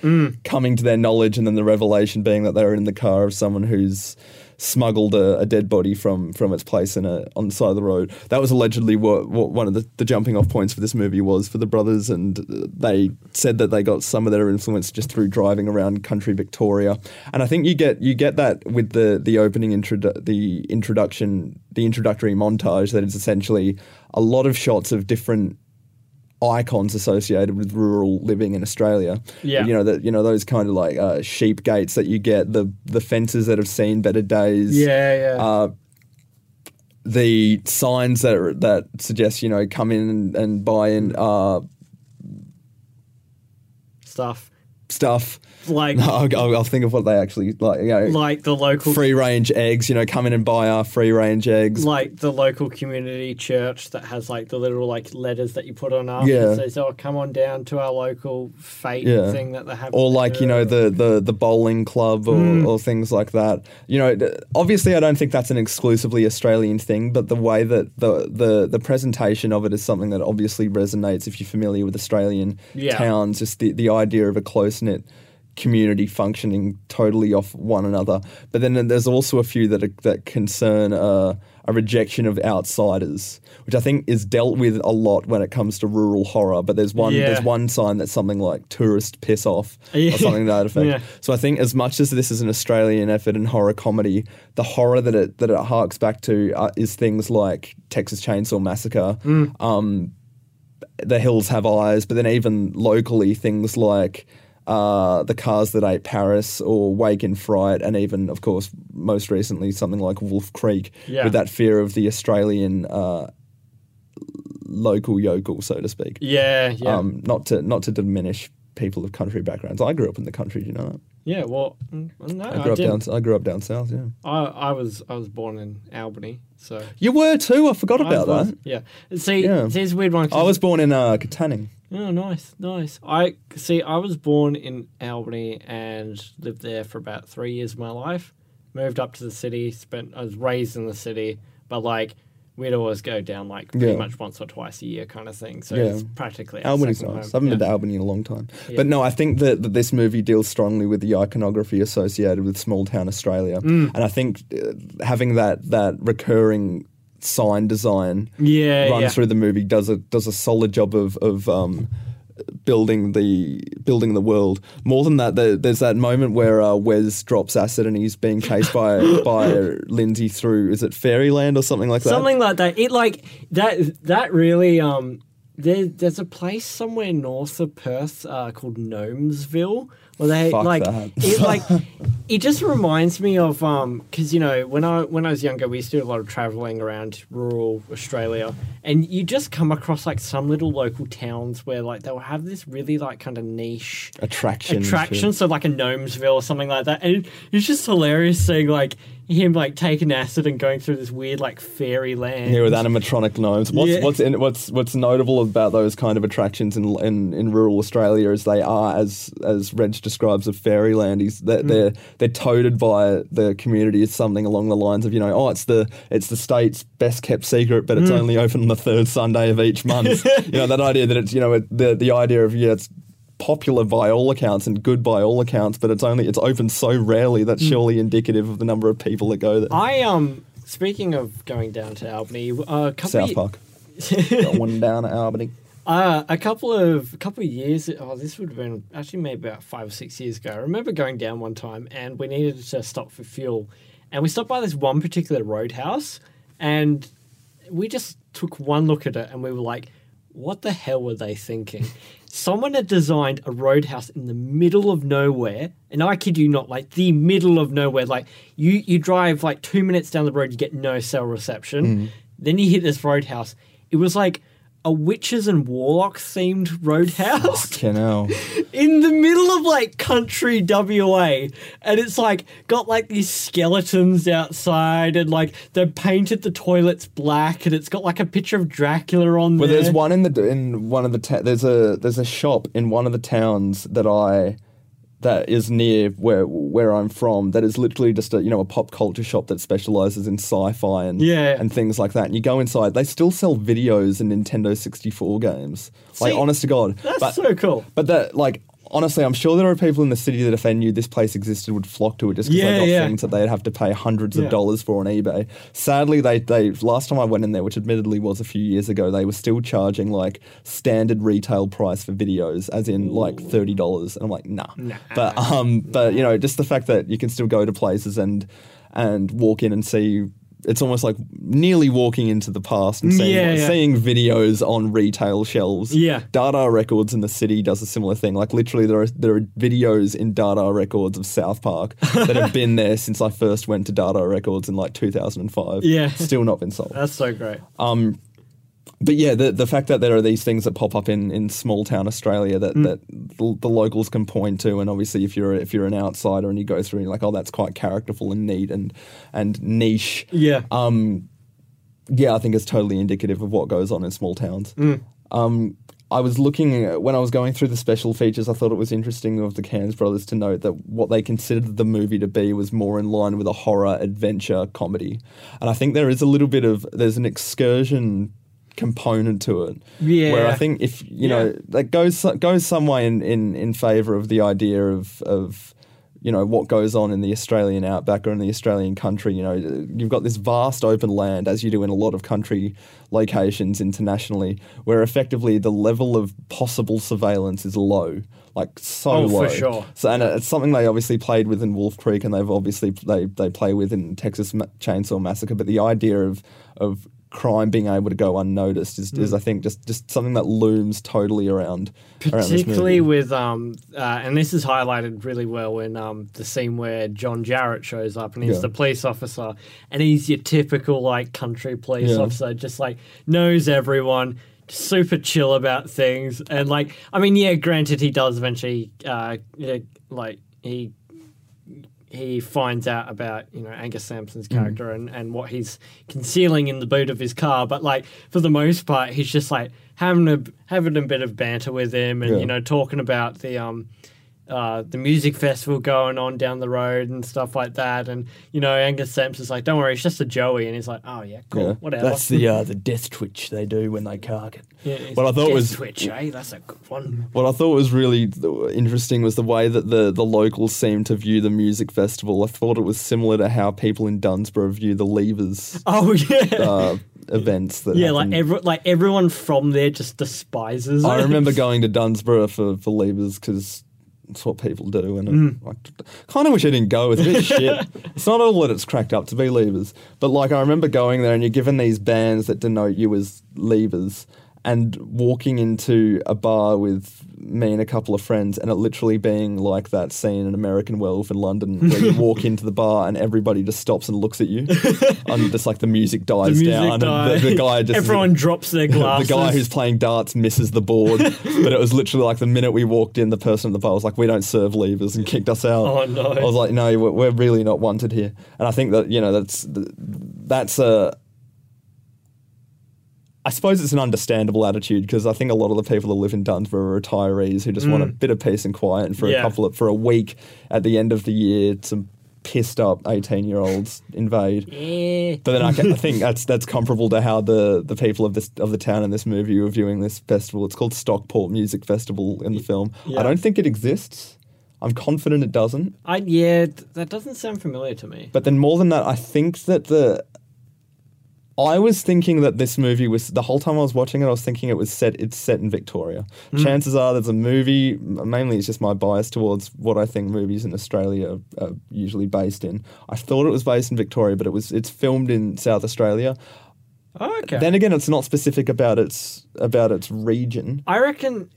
coming to their knowledge and then the revelation being that they were in the car of someone who's smuggled a, a dead body from from its place in a on the side of the road that was allegedly what, what one of the, the jumping off points for this movie was for the brothers and uh, they said that they got some of their influence just through driving around country Victoria and I think you get you get that with the the opening introdu- the introduction the introductory montage that is essentially a lot of shots of different icons associated with rural living in Australia. Yeah. You know that you know those kind of like uh, sheep gates that you get the the fences that have seen better days. yeah, yeah. Uh, The signs that are, that suggest you know come in and, and buy in uh, Stuff stuff. like I'll, I'll, I'll think of what they actually like. You know, like the local. free range eggs. You know, come in and buy our free range eggs. like the local community church that has like the little like letters that you put on up Yeah. that says, "Oh, come on down to our local fate Yeah. thing that they have." Hmm. or like you know the the the bowling club or, or things like that. You know, th- obviously I don't think that's an exclusively Australian thing, but the way that the the the presentation of it is something that obviously resonates if you're familiar with Australian Yeah. towns. Just the the idea of a close knit community functioning totally off one another. But then there's also a few that are, that concern. Uh, a rejection of outsiders, which I think is dealt with a lot when it comes to rural horror. But there's one, Yeah. there's one sign that's something like "tourist piss off" Yeah. or something to that effect. Yeah. So I think as much as this is an Australian effort in horror comedy, the horror that it that it Mm. harks back to uh, is things like Texas Chainsaw Massacre, um, The Hills Have Eyes, but then even locally, things like uh, The Cars That Ate Paris or Wake in Fright, and even, of course, most recently, something like Wolf Creek, Yeah. with that fear of the Australian uh, local yokel, so to speak. Yeah, yeah, Um, not to not to diminish people of country backgrounds. I grew up in the country. Do you know that? yeah. Well, mm, no, I I, grew up didn't. down. I grew up down south. Yeah. I, I was I was born in Albany, so You were too. I forgot about I was, that. Yeah. See, Yeah. see, it's a weird one. 'cause- I was born in uh, Katanning. Oh, nice, nice. I see. I was born in Albany and lived there for about three years of my life. Moved up to the city. Spent. I was raised in the city, but like we'd always go down like pretty Yeah. much once or twice a year, kind of thing. So Yeah. it's practically our Albany's second nice. I home. haven't been to Yeah. Albany in a long time. Yeah. But no, I think that, that this movie deals strongly with the iconography associated with small town Australia. Mm. And I think uh, having that, that recurring sign design Yeah, run yeah. through the movie does a, does a solid job of, of um, building the building the world. More than that, there, there's that moment where uh, Wes drops acid and he's being chased by, by Lindsay through, is it Fairyland or something like that? something like that. It like that that really um there there's a place somewhere north of Perth uh, called Gnomesville where they Fuck like that. it like it just reminds me of um because you know when I when I was younger we used to do a lot of traveling around rural Australia and you just come across like some little local towns where like they'll have this really like kind of niche Attraction. to- attraction, so like a Gnomesville or something like that. And it's just hilarious seeing like him like taking acid and going through this weird like fairy land. Yeah, with animatronic gnomes. What's Yeah. what's in, what's what's notable about those kind of attractions in, in in rural Australia is they are, as as Reg describes, of fairyland. He's, they're, they're they're toted by the community as something along the lines of you know, oh, it's the it's the state's best kept secret, but it's only open on the third Sunday of each month. you know that idea that it's you know it, the the idea of yeah, it's popular by all accounts and good by all accounts, but it's only it's open so rarely that's surely indicative of the number of people that go there. I um speaking of going down to Albany, uh, a couple South of, Park. Got one down at Albany. Uh, a couple of a couple of years. Oh, this would have been actually maybe about five or six years ago. I remember going down one time, and we needed to stop for fuel, and we stopped by this one particular roadhouse, and we just took one look at it, and we were like, "What the hell were they thinking?" Someone had designed a roadhouse in the middle of nowhere, and I kid you not, like the middle of nowhere. Like you, you drive like two minutes down the road, you get no cell reception. Then you hit this roadhouse. It was like a witches and warlocks themed roadhouse Canal. in the middle of like country WA, and it's like got like these skeletons outside, and like they painted the toilets black, and it's got like a picture of Dracula on Well, there. there's one in the in one of the ta- there's a there's a shop in one of the towns that I that is near where where I'm from that is literally just a you know a pop culture shop that specializes in sci-fi and Yeah. and things like that. And you go inside, they still sell videos and Nintendo 64 games. like See, honest to god, That's But- so cool. But that, like, honestly, I'm sure there are people in the city that if they knew this place existed would flock to it just because Yeah, they got yeah. things that they'd have to pay hundreds Yeah. of dollars for on eBay. Sadly, they, they last time I went in there, which admittedly was a few years ago, they were still charging like standard retail price for videos, as in like thirty dollars. And I'm like, nah. But um, but you know, just the fact that you can still go to places and and walk in and see. It's almost like nearly walking into the past and seeing, Yeah, yeah. seeing videos on retail shelves. Yeah. Dada Records in the city does a similar thing. Like literally, there are there are videos in Dada Records of South Park that have been there since I first went to Dada Records in like 2005. Yeah. Um, still not been sold. That's so great. But yeah, the the fact that there are these things that pop up in, in small town Australia Mm. that, that the, the locals can point to, and obviously if you're if you're an outsider and you go through, and you're like, oh, that's quite characterful and neat and and niche. yeah. yeah, I think it's totally indicative of what goes on in small towns. Um, I was looking uh, when I was going through the special features. I thought it was interesting of the Cairns brothers to note that what they considered the movie to be was more in line with a horror adventure comedy, and I think there is a little bit of there's an excursion component to it. where Yeah. I think if you Yeah. know that goes goes some way in in in favor of the idea of of you know what goes on in the Australian outback or in the Australian country. You know, you've got this vast open land, as you do in a lot of country locations internationally, where effectively the level of possible surveillance is low, like so Oh, for low. sure. So, and it's something they obviously played with in Wolf Creek, and they've obviously they they play with in Texas Ma- Chainsaw Massacre. But the idea of of crime being able to go unnoticed is, Hmm. is I think just, just something that looms totally around around this particularly movie. with um uh, and this is highlighted really well in um the scene where John Jarrett shows up and he's Yeah. the police officer and he's your typical like country police Yeah. officer just like knows everyone super chill about things and like I mean yeah granted he does eventually uh yeah, like he he finds out about you know Angus Sampson's Mm. character and, and what he's concealing in the boot of his car. But like for the most part, he's just like having a having a bit of banter with him and Yeah. you know talking about the um uh, the music festival going on down the road and stuff like that. And you know Angus Sampson's like, don't worry, it's just a Joey, and he's like, oh yeah, cool, Yeah. whatever. That's the uh, the death twitch they do when they cark it. Yeah, he's What I like, thought "Death was Twitch, eh? That's a good one. What I thought was really th- interesting was the way that the, the locals seemed to view the music festival. I thought it was similar to how people in Dunsborough view the levers Oh yeah. uh, events that yeah, like happened. every, like everyone from there just despises. Um, I it. remember going to Dunsborough for, for levers because it's what people do, and Mm. it- I kind of wish I didn't go. It's a bit shit. It's not all that it's cracked up to be levers, but like I remember going there, and you're given these bands that denote you as levers, and walking into a bar with me and a couple of friends, and it literally being like that scene in American Wealth in London, where you walk into the bar and everybody just stops and looks at you, and just like the music The dies music down, and the, the died. guy just everyone drops their the glasses. guy who's playing darts misses the board. but it was literally like the minute we walked in, the person at the bar was like, "We don't serve levers," and kicked us out. Oh, no. I was like, "No, we're, we're really not wanted here." And I think that you know that's that's a. I suppose it's an understandable attitude because I think a lot of the people that live in Dunsborough are retirees who just want a bit of peace and quiet, and for a Mm. Yeah. couple of, for a week at the end of the year, some pissed up eighteen year olds invade. Eh. But then I, ca- I think that's that's comparable to how the, the people of this of the town in this movie were viewing this festival. It's called Stockport Music Festival in the film. Yeah. I don't think it exists. I'm confident it doesn't. I, yeah, th- that doesn't sound familiar to me. But then more than that, I think that the I was thinking that this movie was the whole time I was watching it. I was thinking it was set. It's set in Victoria. Chances are there's a movie. m- Mainly, it's just my bias towards what I think movies in Australia are, are usually based in. I thought it was based in Victoria, but it was. It's filmed in South Australia. Oh, okay. Then again, it's not specific about its about its region. I reckon,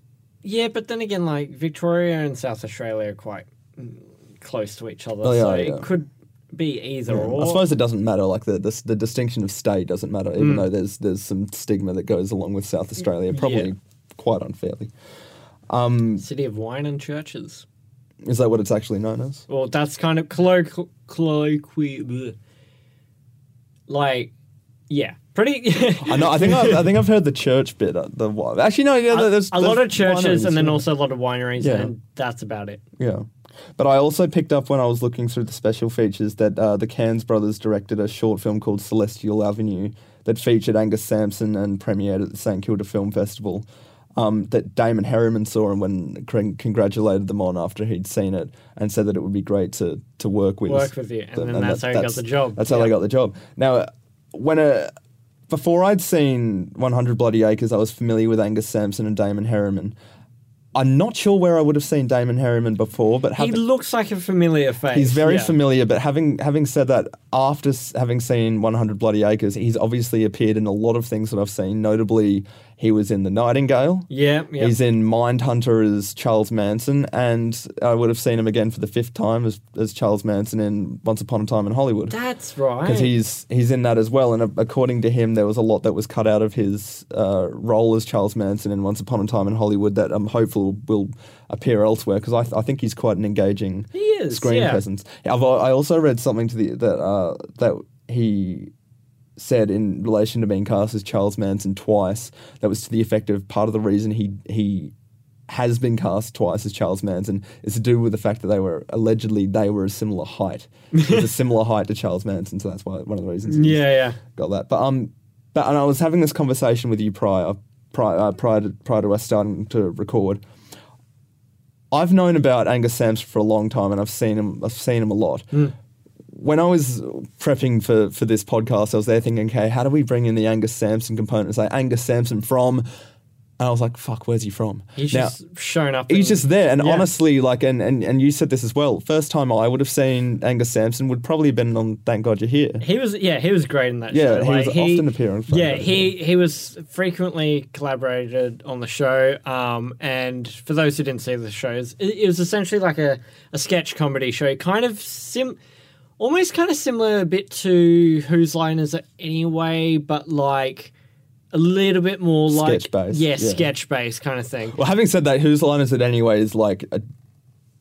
yeah, but then again, like Victoria and South Australia are quite mm, close to each other, Oh, yeah, so yeah. it could be either or. I suppose it doesn't matter. Like the the, the distinction of state doesn't matter, even though there's there's some stigma that goes along with South Australia, probably Hmm. Yeah. quite unfairly. City of Wine and Churches. Is that what it's actually known as? Well, that's kind of colloquial, colloqui- bleh. like, yeah, pretty. I know. I think I've, I think I've heard the church bit. uh, The what? Actually, no. Yeah, a, there's, a lot of there's churches wineries, and then yeah. also a lot of wineries, Yeah. and that's about it. Yeah. But I also picked up when I was looking through the special features that uh, the Cairns brothers directed a short film called Celestial Avenue that featured Angus Sampson and premiered at the St Kilda Film Festival. Um, that Damon Harriman saw and when con- congratulated them on after he'd seen it and said that it would be great to to work with Work with you, and then that's how he got the job. That's how they Yeah. got the job. Now, when a before I'd seen 100 Bloody Acres, I was familiar with Angus Sampson and Damon Harriman. I'm not sure where I would have seen Damon Harriman before, but He having, looks like a familiar face. he's very yeah. familiar. But having having said that, after s- having seen 100 Bloody Acres, he's obviously appeared in a lot of things that I've seen. Notably, he was in The Nightingale. Yeah, yeah. He's in Mindhunter as Charles Manson, and I would have seen him again for the fifth time as, as Charles Manson in Once Upon a Time in Hollywood That's right. because he's he's in that as well. And a- according to him, there was a lot that was cut out of his uh, role as Charles Manson in Once Upon a Time in Hollywood that I'm hopeful will appear elsewhere because I, th- I think he's quite an engaging is, screen yeah. presence. I've, al- I also read something to the that uh, that he said in relation to being cast as Charles Manson twice that was to the effect of part of the reason he he has been cast twice as Charles Manson is to do with the fact that they were allegedly they were a similar height. He was a similar height to Charles Manson, so that's why one of the reasons. he's Yeah, yeah. Got that. But um, but and I was having this conversation with you prior prior uh, prior to, prior to us starting to record. I've known about Angus Sampson for a long time, and I've seen him. I've seen him a lot. Hmm. When I was prepping for, for this podcast, I was there thinking, okay, how do we bring in the Angus Sampson component? Say Angus Sampson from And I was like, fuck, where's he from? He's Now- just shown up. He's and- just there, and Yeah. honestly, like, and, and and you said this as well. First time I would have seen Angus Sampson would probably have been on Thank God You're Here. He was yeah, he was great in that Yeah, show. he was often appear on Friday Yeah, Night he he was frequently collaborated on the show. Um, and for those who didn't see the shows, it, it was essentially like a, a sketch comedy show, kind of sim, almost kind of similar a bit to Whose Line Is It Anyway, but like a little bit more like Sketch-based, yeah, yeah. sketch based kind of thing. Well, having said that, whose line is it anyway? Is like a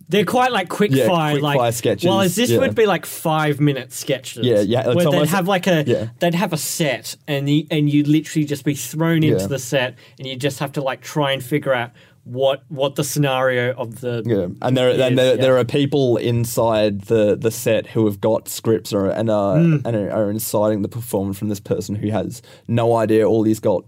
They're quite like quick Yeah, fire, quick like fire sketches, Well, as this yeah. would be like five minute sketches. Yeah, yeah, it's Where they'd almost- have like a, yeah. they'd have a set, and you, and you'd literally just be thrown into Yeah. the set, and you just have to like try and figure out what what the scenario of the yeah, and there is, and there, yeah. there are people inside the the set who have got scripts or and are Hmm. and are, are inciting the performance from this person who has no idea all he's got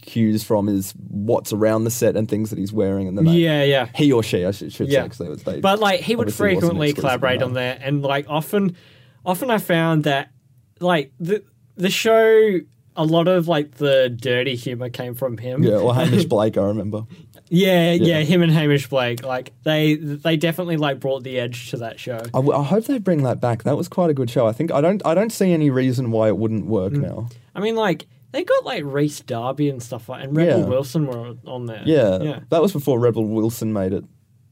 cues from is what's around the set and things that he's wearing, and then they- yeah yeah he or she I should, should yeah. say 'cause they, would- they but like he would obviously wasn't frequently exclusive collaborate that. on there, and like often, often I found that like the the show. A lot of like the dirty humor came from him. Yeah, or Hamish Blake, I remember. Yeah, yeah, him and Hamish Blake, like they they definitely like brought the edge to that show. I, w- I hope they bring that back. That was quite a good show. I think I don't I don't see any reason why it wouldn't work Hmm. now. I mean, like they got like Reese Darby and stuff like, and Rebel Yeah. Wilson were on there. Yeah, yeah, that was before Rebel Wilson made it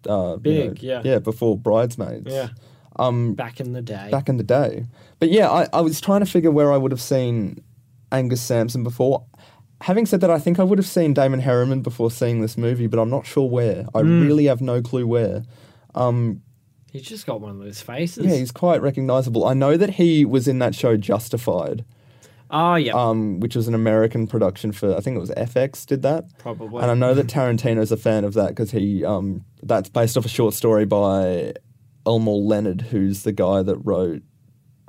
uh, you Big, know, yeah. yeah, before Bridesmaids. yeah. back in the day. Um, back in the day. But yeah, I, I was trying to figure where I would have seen Angus Sampson before. Having said that, I think I would have seen Damon Harriman before seeing this movie, but I'm not sure where. I Hmm. really have no clue where. He's just got one of those faces. Yeah, he's quite recognizable. I know that he was in that show Justified. oh yeah, um, which was an American production for I think it was FX did that. Probably. And I know that Tarantino's a fan of that because he um, that's based off a short story by Elmore Leonard, who's the guy that wrote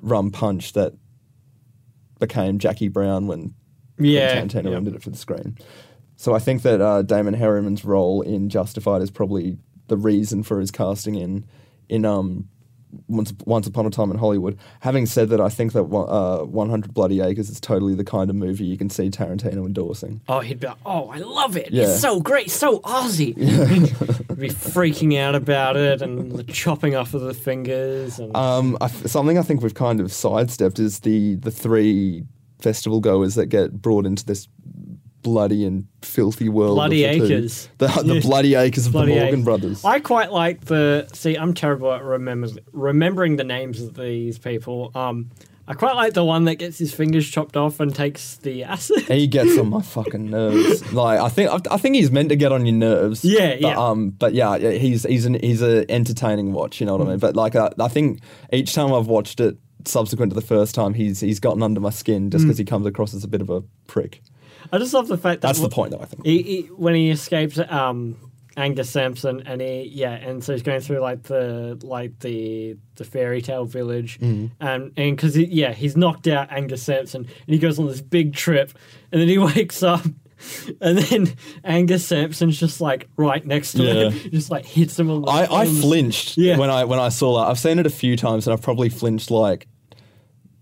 Rum Punch that became Jackie Brown when yeah, Quentin Tarantino yeah. did it for the screen. So I think that uh, Damon Harriman's role in Justified is probably the reason for his casting in in um once Once Upon a Time in Hollywood. Having said that, I think that one- uh, 100 Bloody Acres is totally the kind of movie you can see Tarantino endorsing. Oh, he'd be like, oh, I love it. Yeah. It's so great, so Aussie. he'd be freaking out about it and the chopping off of the fingers and Um, I f something I think we've kind of sidestepped is the the three festival goers that get brought into this bloody and filthy world. of Bloody the two. Acres. the, the bloody acres of Bloody the Morgan oath. brothers. I quite like the. See, I'm terrible at remember, remembering the names of these people. Um, I quite like the one that gets his fingers chopped off and takes the acid. He gets on my fucking nerves. Like I think I, I think he's meant to get on your nerves. Yeah, but, yeah. Um, but yeah, yeah, he's he's an he's a entertaining watch. You know what I mean? But like uh, I, I think each time I've watched it, subsequent to the first time, he's he's gotten under my skin Mm. just because he comes across as a bit of a prick. I just love the fact that That's the wh- point, though. I think. He, he, when he escapes um, Angus Sampson, and he yeah, and so he's going through like the like the the fairy tale village, Mm-hmm. um, and because he, yeah, he's knocked out Angus Sampson, and he goes on this big trip, and then he wakes up. And then Angus Sampson's just like right next to Yeah. him, just like hits him. on the I, I arms. flinched Yeah. when I when I saw that. I've seen it a few times, and I've probably flinched like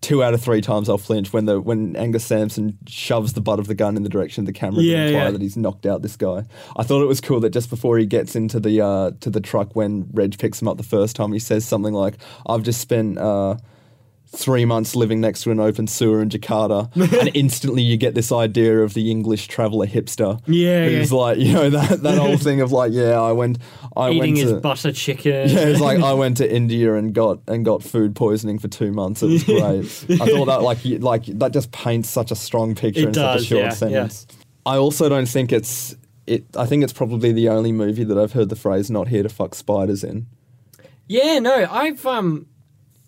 two out of three times. I'll flinch when the when Angus Sampson shoves the butt of the gun in the direction of the camera Yeah, to imply yeah. that he's knocked out this guy. I thought it was cool that just before he gets into the uh, to the truck when Reg picks him up the first time, he says something like, "I've just spent." Uh, Three months living next to an open sewer in Jakarta, and instantly you get this idea of the English traveller hipster, Yeah, who's yeah. like you know that that whole thing of like, yeah, I went, I eating went his to, butter chicken. yeah, it's like I went to India and got and got food poisoning for two months. It was great. I thought that like you- like that just paints such a strong picture It in does, such a short yeah, sentence. I also don't think it's it. I think it's probably the only movie that I've heard the phrase "not here to fuck spiders" in. Yeah, no, I've um,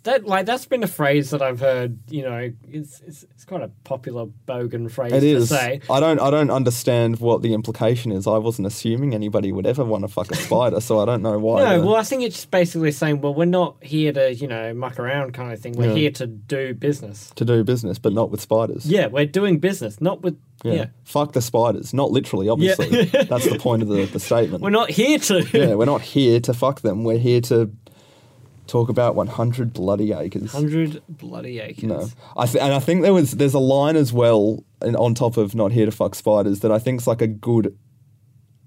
that like that's been a phrase that I've heard. You know, it's it's, it's quite a popular bogan phrase It to is. say. I don't. I don't understand what the implication is. I wasn't assuming anybody would ever want to fuck a spider, so I don't know why. No, the- well, I think it's just basically saying, well, we're not here to you know muck around kind of thing. We're Yeah. here to do business. to do business, but not with spiders. Yeah, we're doing business, not with yeah. Fuck the spiders. Not literally, obviously. That's the point of the, the statement. We're not here to. yeah, we're not here to fuck them. We're here to talk about 100 bloody acres. Hundred bloody acres. No, I th- and I think there was there's a line as well, and on top of not here to fuck spiders, that I think's like a good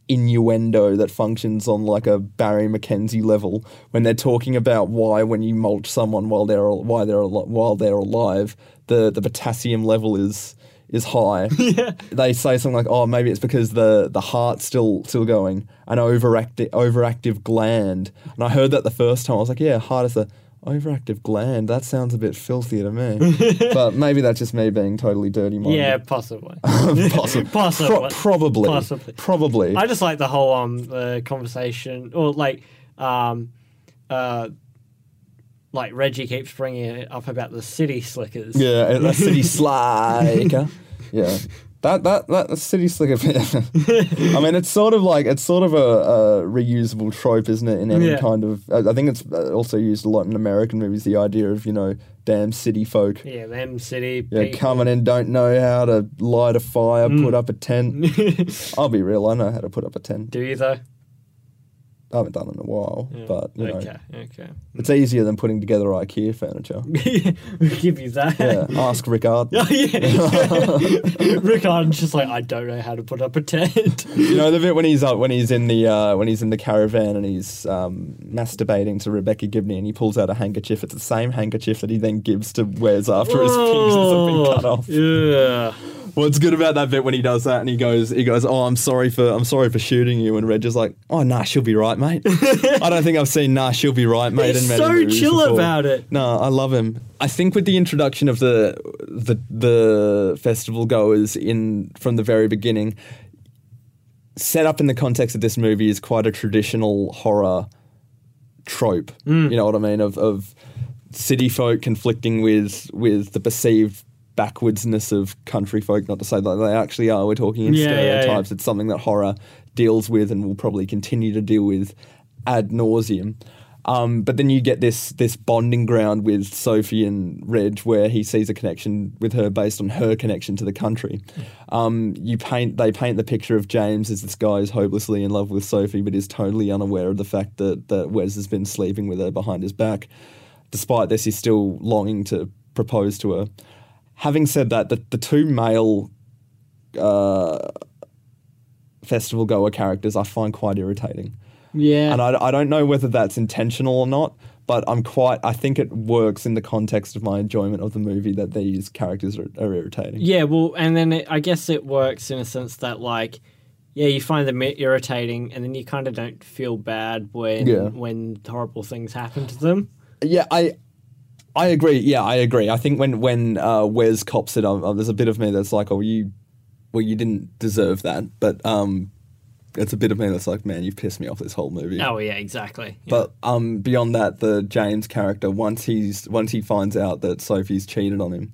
innuendo that functions on like a Barry McKenzie level when they're talking about why when you mulch someone while they're al- why they're al- while they're alive the the potassium level is is high. Yeah. They say something like oh maybe it's because the the heart's still still going an overactive overactive gland. And I heard that the first time I was like yeah heart is a overactive gland that sounds a bit filthy to me. but maybe that's just me being totally dirty minded. Yeah, possibly. Possibly. Possibly. probably. Possibly. Probably. I just like the whole um the conversation or like um uh like Reggie keeps bringing it up about the city slickers. Yeah, a, a city slicker. Yeah. That, that, that the city slicker. I mean, it's sort of like it's sort of a, a reusable trope, isn't it? In any Yeah. kind of, I I think it's uh, also used a lot in American movies. The idea of you know, damn city folk, Yeah, Mm. them city. yeah, people. coming and don't know how to light a fire, put up a tent. I'll be real, I know how to put up a tent. Do you though? I haven't done it in a while, but you know, okay, okay. it's easier than putting together IKEA furniture. we'll give you that. Yeah, ask Rickard. Oh, yeah. Rick Arden's just like, I don't know how to put up a tent. you know the bit when he's up when he's in the uh, when he's in the caravan and he's um, masturbating to Rebecca Gibney and he pulls out a handkerchief. It's the same handkerchief that he then gives to Wes after his fingers have been cut off. Oh, Yeah. What's good about that bit when he does that and he goes he goes oh I'm sorry for I'm sorry for shooting you and Reg is like oh nah she'll be right mate. I don't think I've seen nah she'll be right mate. He's in many so movies chill before. about it. No, I love him. I think with the introduction of the the the festival goers in from the very beginning, set up in the context of this movie is quite a traditional horror trope. Mm. You know what I mean? Of of city folk conflicting with with the perceived backwardsness of country folk. Not to say that they actually are. We're talking in Yeah, yeah, yeah. stereotypes. It's something that horror deals with and will probably continue to deal with ad nauseum. Um, but then you get this this bonding ground with Sophie and Reg, where he sees a connection with her based on her connection to the country. Um, you paint they paint the picture of James as this guy who's hopelessly in love with Sophie, but is totally unaware of the fact that that Wes has been sleeping with her behind his back. Despite this, he's still longing to propose to her. Having said that, the, the two male festival goer characters I find quite irritating. Yeah. And I, I don't know whether that's intentional or not, but I'm quite, I think it works in the context of my enjoyment of the movie that these characters are, are irritating. Yeah, well, and then it, I guess it works in a sense that like, yeah, you find them i- irritating, and then you kind of don't feel bad when Yeah. when horrible things happen to them. yeah, I I agree. Yeah, I agree. I think when when uh, Wes cops it, um, uh, there's a bit of me that's like, oh, you, well, you didn't deserve that, but um, it's a bit of me that's like, man, you've pissed me off this whole movie. Oh yeah, exactly. Yeah. But um, beyond that, the James character, once he's once he finds out that Sophie's cheated on him,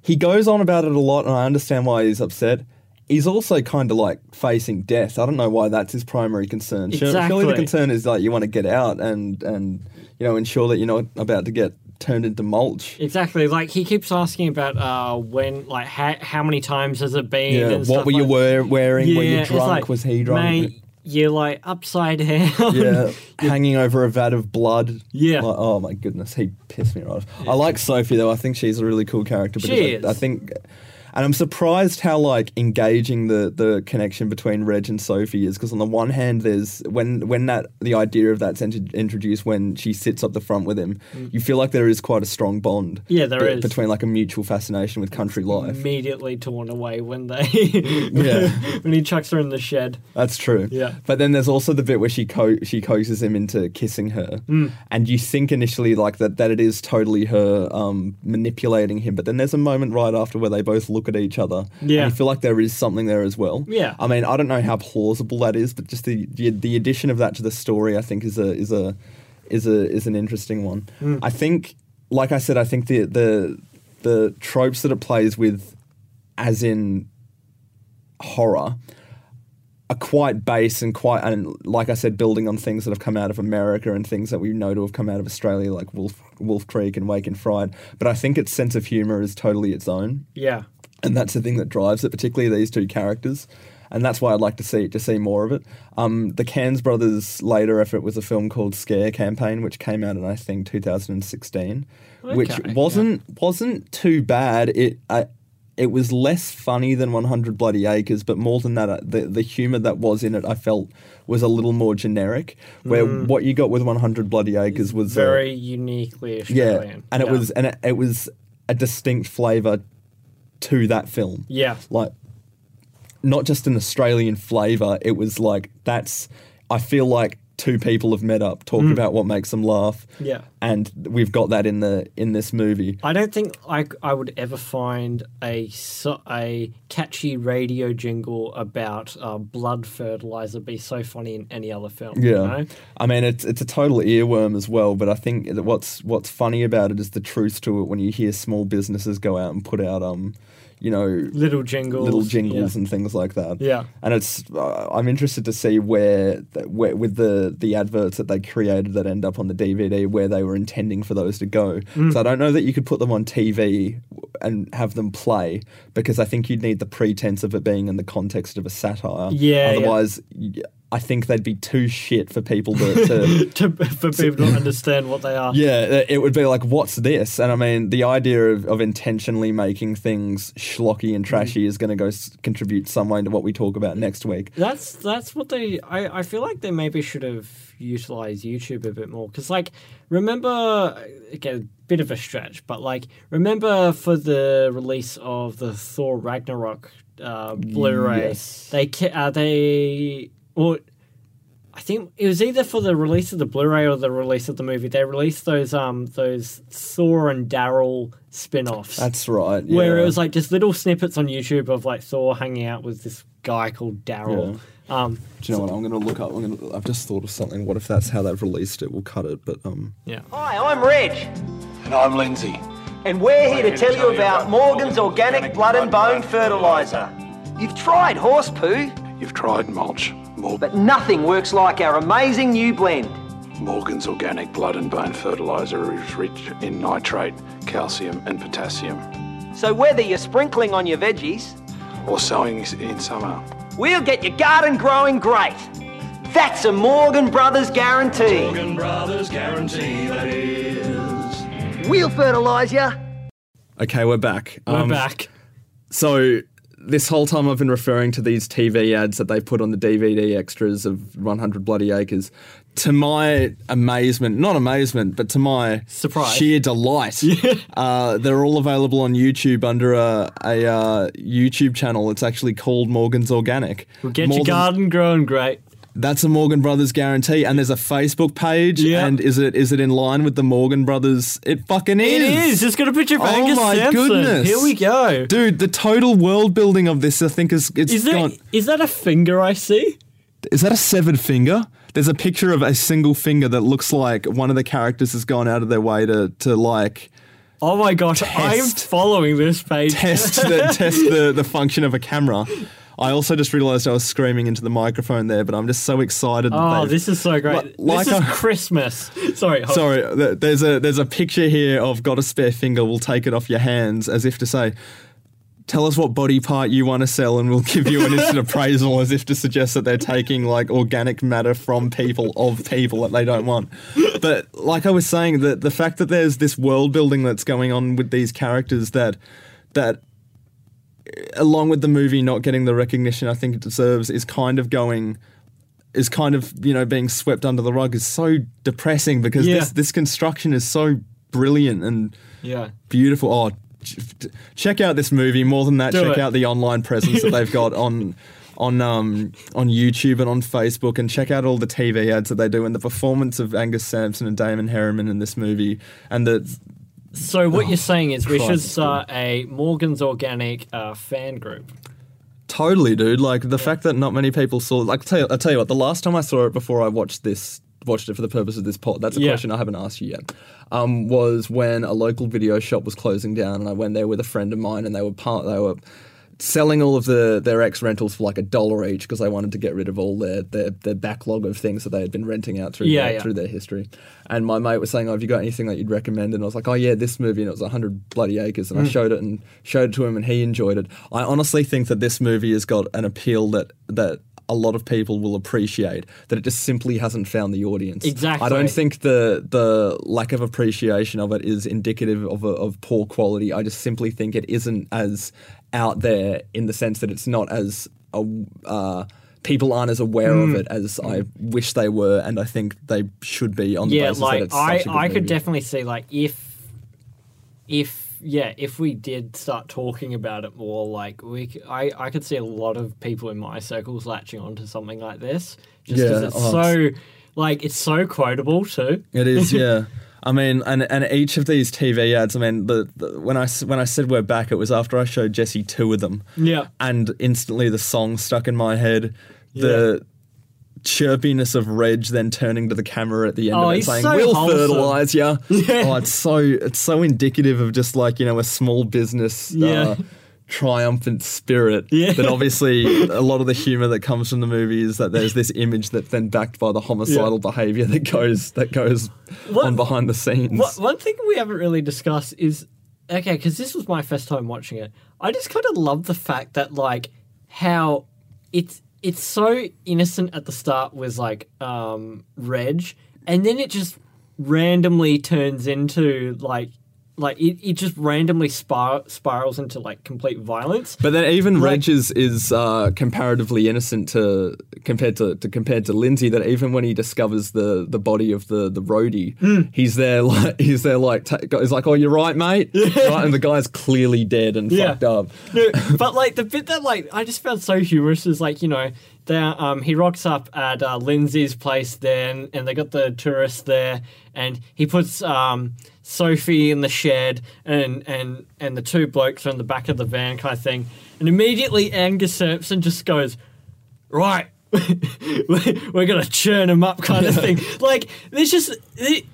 he goes on about it a lot, and I understand why he's upset. He's also kind of like facing death. I don't know why that's his primary concern. Sure- Surely Exactly. the concern is like you want to get out and and you know ensure that you're not about to get turned into mulch. exactly, like he keeps asking about uh when, like how how many times has it been? Yeah. and What stuff were you like- wear, wearing? were you it's drunk? like, Was he drunk? Mate, you're like upside down. yeah, hanging over a vat of blood. Yeah. Like, oh my goodness, he pissed me right off. I like Sophie though. I think she's a really cool character. because She I- is. I think, and I'm surprised how like engaging the the connection between Reg and Sophie is. Because on the one hand, there's when when that the idea of that's int- introduced when she sits up the front with him, you feel like there is quite a strong bond. Mm. Yeah, there be- is. Mm-hmm. between like a mutual fascination with country life. Immediately torn away when they Yeah. when he chucks her in the shed. That's true. Yeah. But then there's also the bit where she co- she coaxes him into kissing her, Mm. and you think initially like that that it is totally her um, manipulating him. But then there's a moment right after where they both look at each other. Yeah. And you feel like there is something there as well. Yeah. I mean, I don't know how plausible that is, but just the the, the addition of that to the story, I think, is a is a is a is an interesting one. I think, like I said, I think the the the tropes that it plays with, as in horror are quite base and quite and like I said, building on things that have come out of America and things that we know to have come out of Australia, like Wolf Wolf Creek and Wake and Fried. But I think its sense of humour is totally its own, Yeah. and that's the thing that drives it, particularly these two characters. And that's why I'd like to see to see more of it. Um, the Cairns brothers' later effort was a film called Scare Campaign, which came out in I think 2016, which Okay, yeah. wasn't wasn't too bad. It I, It was less funny than 100 Bloody Acres, but more than that, uh, the, the humor that was in it, I felt was a little more generic. Where what you got with 100 Bloody Acres was a- Mm. Very uniquely yeah, Australian. and it Yeah. was and it, it was a distinct flavor to that film. Yeah. like not just an Australian flavor. It was like that's. I feel like two people have met up, talked about what makes them laugh. Yeah. and we've got that in the in this movie. I don't think I, I would ever find a so, a catchy radio jingle about uh, blood fertilizer be so funny in any other film. you Yeah, know? I mean it's it's a total earworm as well. But I think that what's what's funny about it is the truth to it when you hear small businesses go out and put out um, you know, little jingles, little jingles yeah. and things like that. Yeah. and it's uh, I'm interested to see where, th- where with the the adverts that they created that end up on the DVD where they were intending for those to go. Mm. So I don't know that you could put them on TV and have them play because I think you'd need the pretense of it being in the context of a satire. Yeah, yeah. otherwise. y I I think they'd be too shit for people to, to to, for people to understand what they are. yeah, it- it would be like, what's this? And I mean, the idea of, of intentionally making things schlocky and trashy Mm. is going to go s- contribute some way to what we talk about next week. That's that's what they. I, I feel like they maybe should have utilized YouTube a bit more because, like, remember, okay, a bit of a stretch, but like, remember for the release of the Thor Ragnarok uh, Blu-ray, Yes. they ca- uh, they or I think it was either for the release of the Blu-ray or the release of the movie. They released those um those Thor and Daryl spin-offs That's right. where yeah. it was like just little snippets on YouTube of like Thor hanging out with this guy called Daryl. Um, Do you know what? I'm going to look up. I'm gonna, I've just thought of something. What if that's how they've released it? We'll cut it. But um, yeah. Hi, I'm Reg, And I'm Lindsay. and we're here to tell you about Morgan's Organic Blood and Bone Fertilizer. You've tried horse poo, You've tried mulch. Mor- but nothing works like our amazing new blend. Morgan's organic blood and bone fertilizer is rich in nitrate, calcium, and potassium. So whether you're sprinkling on your veggies, Or sowing s- in summer. we'll get your garden growing great. That's a Morgan Brothers guarantee. Morgan Brothers guarantee, that is. We'll fertilise you. okay, we're back. We're Um, back. So this whole time I've been referring to these TV ads that they put on the DVD extras of 100 Bloody Acres. To my amazement, not amazement, but to my Surprise. sheer delight, uh, they're all available on YouTube under a, a uh, YouTube channel. It's actually called Morgan's Organic. We'll get More your than- garden growing great. That's a Morgan Brothers guarantee, and there's a Facebook page. Yeah. And is it is it in line with the Morgan Brothers? It fucking It is. It's got a picture of Angus my Sampson. goodness. Here we go. Dude, the total world building of this, I think, is it's Is there gone. is that a finger I see? Is that a severed finger? There's a picture of a single finger that looks like one of the characters has gone out of their way to to like Oh my gosh! I'm Test. following this page. test the test the, the function of a camera. I also just realised I was screaming into the microphone there, but I'm just so excited. Oh, that they've- this is so great. Li- like this is a- Christmas. Sorry. hold- Sorry, th- there's a there's a picture here of got a spare finger. We'll take it off your hands, as if to say, "Tell us what body part you want to sell, and we'll give you an instant appraisal." As if to suggest that they're taking like organic matter from people of people that they don't want. But like I was saying, the the fact that there's this world building that's going on with these characters that that along with the movie not getting the recognition I think it deserves, is kind of going, is kind of you know being swept under the rug is so depressing because Yeah. this this construction is so brilliant and Yeah. beautiful. Oh, ch- ch- check out this movie. More than that, Do check it. out the online presence that they've got on. On um on YouTube and on Facebook and check out all the TV ads that they do and the performance of Angus Sampson and Damon Herriman in this movie and the So what you're saying is we Oh, Christ, should it's cool. start a Morgan's Organic uh, fan group. Totally, dude. Like the fact that not many people saw. Like, tell you, I tell you what. The last time I saw it before I watched this, watched it for the purpose of this pod. That's a Yeah. question I haven't asked you yet. Um, was when a local video shop was closing down, and I went there with a friend of mine, and they were part. They were selling all of the their ex rentals for like a dollar each because they wanted to get rid of all their, their their backlog of things that they had been renting out through Yeah, their, yeah. through their history. And my mate was saying, "Oh, have you got anything that you'd recommend?" And I was like, "Oh yeah, this movie." And it was hundred bloody acres. Hmm. And I showed it and showed it to him, and he enjoyed it. I honestly think that this movie has got an appeal that that a lot of people will appreciate that it just simply hasn't found the audience. I Exactly. don't think the the lack of appreciation of it is indicative of a, of poor quality. I just simply think it isn't as out there in the sense that it's not as a, uh, people aren't as aware of Mm. it as I wish they were, and I think they should be on the yeah, basis that like it's I, such a good I could movie. definitely see like if, if yeah, if we did start talking about it more, like we, c- I, I could see a lot of people in my circles latching onto something like this, just because Yeah, it's oh, so, like it's so quotable too. It is, yeah. I mean, and and each of these TV ads. I mean, the, the when I s- when I said we're back, it was after I showed Jesse two of them. Yeah. And instantly, the song stuck in my head. The chirpiness of Reg then turning to the camera at the end Oh, of it, he's saying, so "We'll wholesome." fertilize ya." Oh, it's so it's so indicative of just like you know a small business. Yeah. Uh, triumphant spirit Yeah. that obviously a lot of the humor that comes from the movie is that there's this image that's then backed by the homicidal behavior that goes that goes What- on behind the scenes What, one thing we haven't really discussed is okay, because this was my first time watching it. I just kind of love the fact that like how it's it's so innocent at the start with like um Reg, and then it just randomly turns into like like it, it just randomly spir- spirals into like complete violence. but then even Like- Reg is, is uh, comparatively innocent to compared to, to compared to Lindsay that even when he discovers the, the body of the the roadie Hmm. he's there like he's there like ta he's like oh you're right mate right? and the guy's clearly dead and Yeah. fucked up No, but like the bit that like I just found so humorous is like you know they um he rocks up at uh, Lindsay's place then and they got the tourists there and he puts um Sophie in the shed and and and the two blokes are in the back of the van kind of thing and immediately Angus Sampson just goes right. We're gonna churn him up, kind of thing. Like there's just it,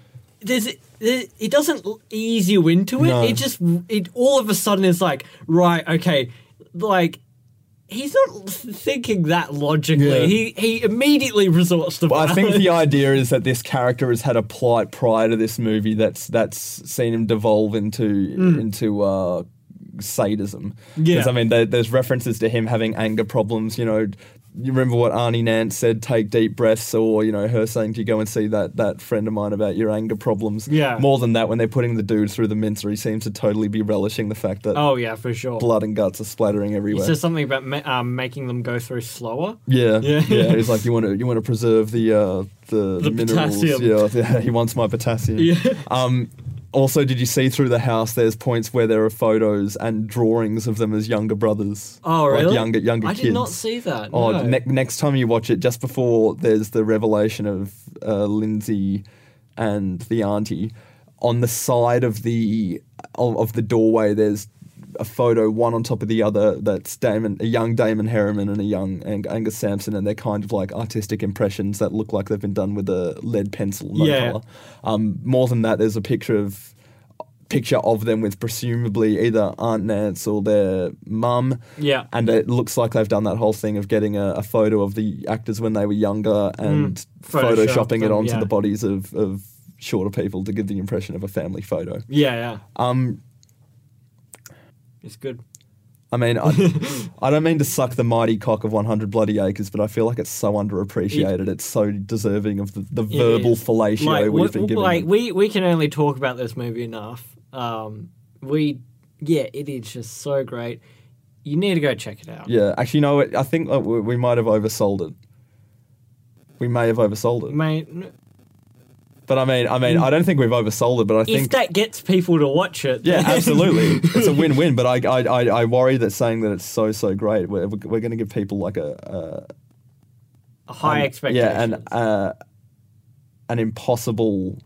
there's there, it doesn't l- ease you into it. No. It just it all of a sudden is like right, okay, like he's not thinking that logically. Yeah. He he immediately resorts to. Well, I think the violence. idea is that this character has had a plight prior to this movie that's that's seen him devolve into into uh, sadism. 'Cause, Hmm. Yeah. I mean, there, there's references to him having anger problems. You know, you remember what Arnie Nance said: "Take deep breaths," or you know, her saying, "Do you go and see that that friend of mine about your anger problems?" Yeah. More than that, when they're putting the dude through the mincer, he seems to totally be relishing the fact that oh yeah, for sure. blood and guts are splattering He everywhere. says something about ma- um, making them go through slower. Yeah, Yeah. yeah. He's like, you want to, you want to preserve the uh, the, The minerals. potassium. Yeah, yeah, he wants my potassium. Yeah. Um, also, did you see through the house? There's points where there are photos and drawings of them as younger brothers. Oh really? Like younger, younger I kids. did not see that. Oh, no. ne- next time you watch it, just before there's the revelation of uh, Lindsay and the auntie, on the side of the of, of the doorway, there's a photo one on top of the other that's Damon, a young Damon Harriman and a young Ang- Angus Sampson, and they're kind of like artistic impressions that look like they've been done with a lead pencil, no Yeah. color. Um, more than that, there's a picture of picture of them with presumably either Aunt Nance or their mum. Yeah. And it looks like they've done that whole thing of getting a, a photo of the actors when they were younger and Mm. Photoshop photoshopping them, it onto yeah. the bodies of, of shorter people to give the impression of a family photo. Yeah, yeah. Um, It's good. I mean, I, I don't mean to suck the mighty cock of 100 Bloody Acres, but I feel like it's so underappreciated. it's so deserving of the, the It verbal is. fellatio Like, we've we, been given. like we we can only talk about this movie enough. Um, we yeah, it is just so great. You need to go check it out. yeah, actually, no, I think uh, we we might have oversold it. We may have oversold it. Mate, n- But I mean, I mean, I don't think we've oversold it, but I if think that gets people to watch it, yeah, then- absolutely, it's a win-win. But I, I, I, I worry that saying that it's so so great, we're, we're going to give people like a, high a expectations. Um, yeah, an uh, an impossible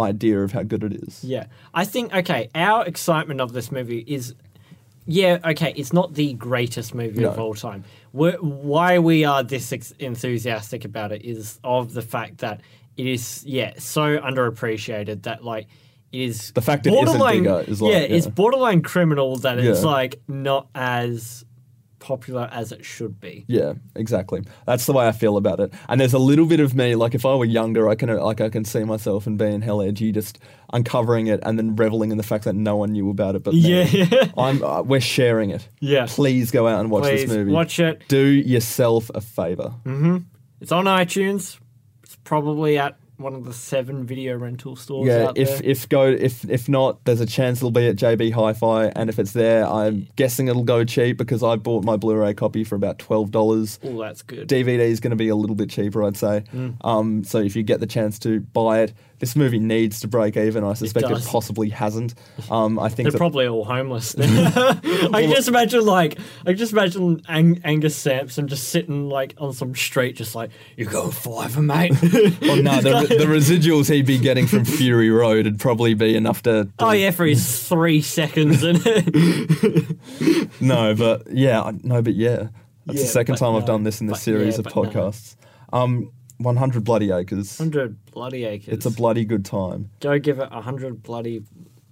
idea of how good it is. Yeah. I think okay, our excitement of this movie is yeah, okay, it's not the greatest movie of No. all time. We're, why we are this ex- enthusiastic about it is of the fact that it is yeah, so underappreciated that like it is The fact it isn't bigger is like- yeah, it's yeah. borderline criminal that it's Yeah. like not as popular as it should be. Yeah, exactly. That's the way I feel about it. And there's a little bit of me, like if I were younger, I can like I can see myself and being hell edgy, just uncovering it and then reveling in the fact that no one knew about it. But me. Yeah. I'm uh, we're sharing it. Yeah. please go out and watch Please, this movie. watch it. Do yourself a favor. It's on iTunes. It's probably at one of the seven video rental stores Yeah, out if there. if go if if not, there's a chance it'll be at JB Hi-Fi, and if it's there, I'm guessing it'll go cheap because I bought my Blu-ray copy for about twelve dollars. oh, that's good. DVD is going to be a little bit cheaper, I'd say. Mm. Um, so if you get the chance to buy it, this movie needs to break even. I suspect it, does. possibly hasn't. Um, I think They're that- probably all homeless. Then. I can just imagine like I can just imagine Ang- Angus Sampson just sitting like on some street, just like you go fiver, mate. well, Oh, no, the, the residuals he'd be getting from Fury Road would probably be enough to. to- oh yeah, for his three seconds in it. No, but yeah, I- no, but yeah. That's Yeah, the second but time I've no. done this in this But yeah, series of but no. podcasts. Um, 100 Bloody Acres. hundred bloody acres. It's a bloody good time, go give it hundred bloody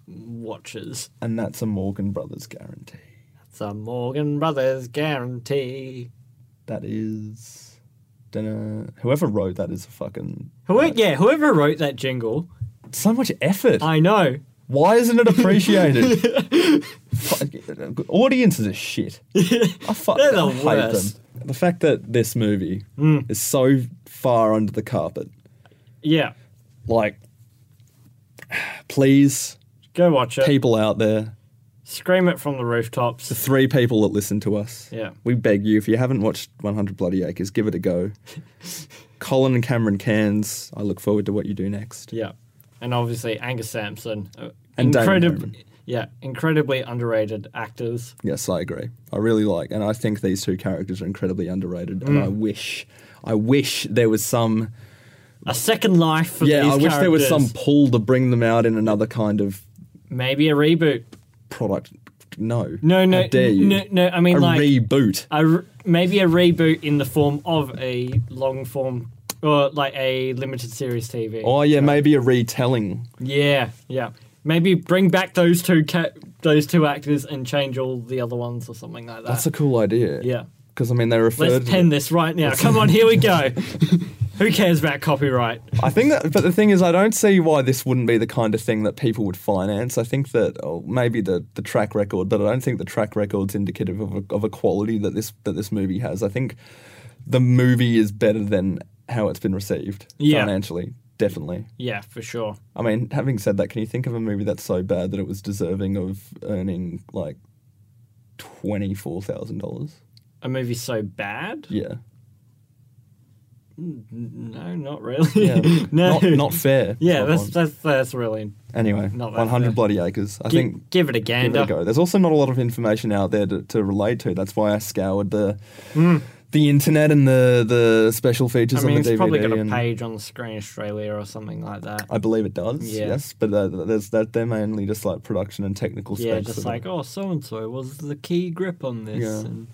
watches. and that's a Morgan Brothers guarantee. It's a Morgan Brothers guarantee. That is. Dunno. Whoever wrote that is a fucking. Whoever, yeah, whoever wrote that jingle, So much effort. I know. Why isn't it appreciated? Fuck, Audiences are shit. I fuck, They're the I hate worst. Mm. them. The fact that this movie is so far under the carpet, Yeah, like, please, go watch it. people out there, Scream it from the rooftops. the three people that listen to us, Yeah. we beg you, if you haven't watched 100 Bloody Acres, give it a go. Colin and Cameron Cairns, I look forward to what you do next. Yeah, and obviously Angus Sampson, uh, And Damon incredib- Herman. yeah, incredibly underrated actors. Yes, I agree. I really like, and I think these two characters are incredibly underrated. And I wish, I wish there was some. A second life for yeah, I these wish there was some characters. pull to bring them out in another kind of maybe a reboot. product. No, No, no, How dare you? no, no, I mean, a like- reboot. A re- maybe a reboot in the form of a long form or like a limited series TV. Oh yeah, maybe a retelling. yeah, yeah. Maybe bring back those two ca- those two actors and change all the other ones or something like that. That's a cool idea. yeah. because I mean they referred. Let's to pen this right now. Come on, here we go. Who cares about copyright? I think that, but the thing is, I don't see why this wouldn't be the kind of thing that people would finance. I think that oh, maybe the, the track record, but I don't think the track record's indicative of a, of a quality that this that this movie has. I think the movie is better than how it's been received Yeah. financially, definitely. Yeah, for sure. I mean, having said that, can you think of a movie that's so bad that it was deserving of earning like twenty four thousand dollars? a movie so bad? Yeah, No, not really. yeah, no, not, not fair. yeah, Not that's, on. that's that's really. anyway. not that One fair. hundred bloody acres. I Gi- think give it a give it gander. a go. There's also not a lot of information out there to, to relate to. That's why I scoured the the internet and the the special features Hmm. I mean, on it's the DVD. probably got a and Oh, page on Screen Australia or something like that. I believe it does. Yeah. Yes, but uh, there's that they're mainly just like production and technical yeah, specs. just of it. like oh, so and so was the key grip on this. Yeah. and,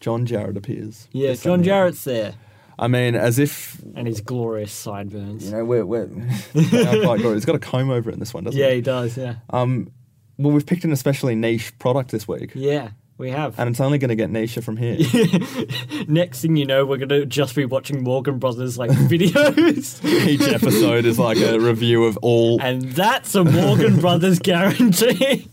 John Jarrett appears. yeah There's John something. Jarrett's there I mean, as if and his glorious sideburns. you know we're we're they are quite good. He's got a comb over it in this one, doesn't Yeah, he? he does. Yeah, Um, well, we've picked an especially niche product this week, yeah, we have. and it's only going to get nicher from here. Next thing you know, we're gonna just be watching Morgan Brothers like videos, Each episode is like a review of all and that's a Morgan Brothers guarantee.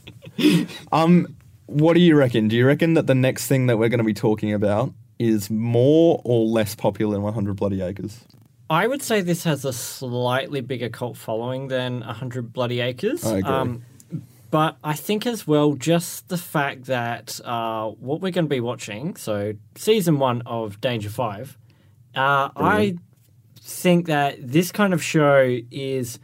Um, what do you reckon? Do you reckon that the next thing that we're going to be talking about is more or less popular than 100 Bloody Acres? I would say this has a slightly bigger cult following than 100 Bloody Acres. Um, I agree. but I think as well, just the fact that uh, what we're going to be watching, so season one of Danger Five, uh, I think that this kind of show is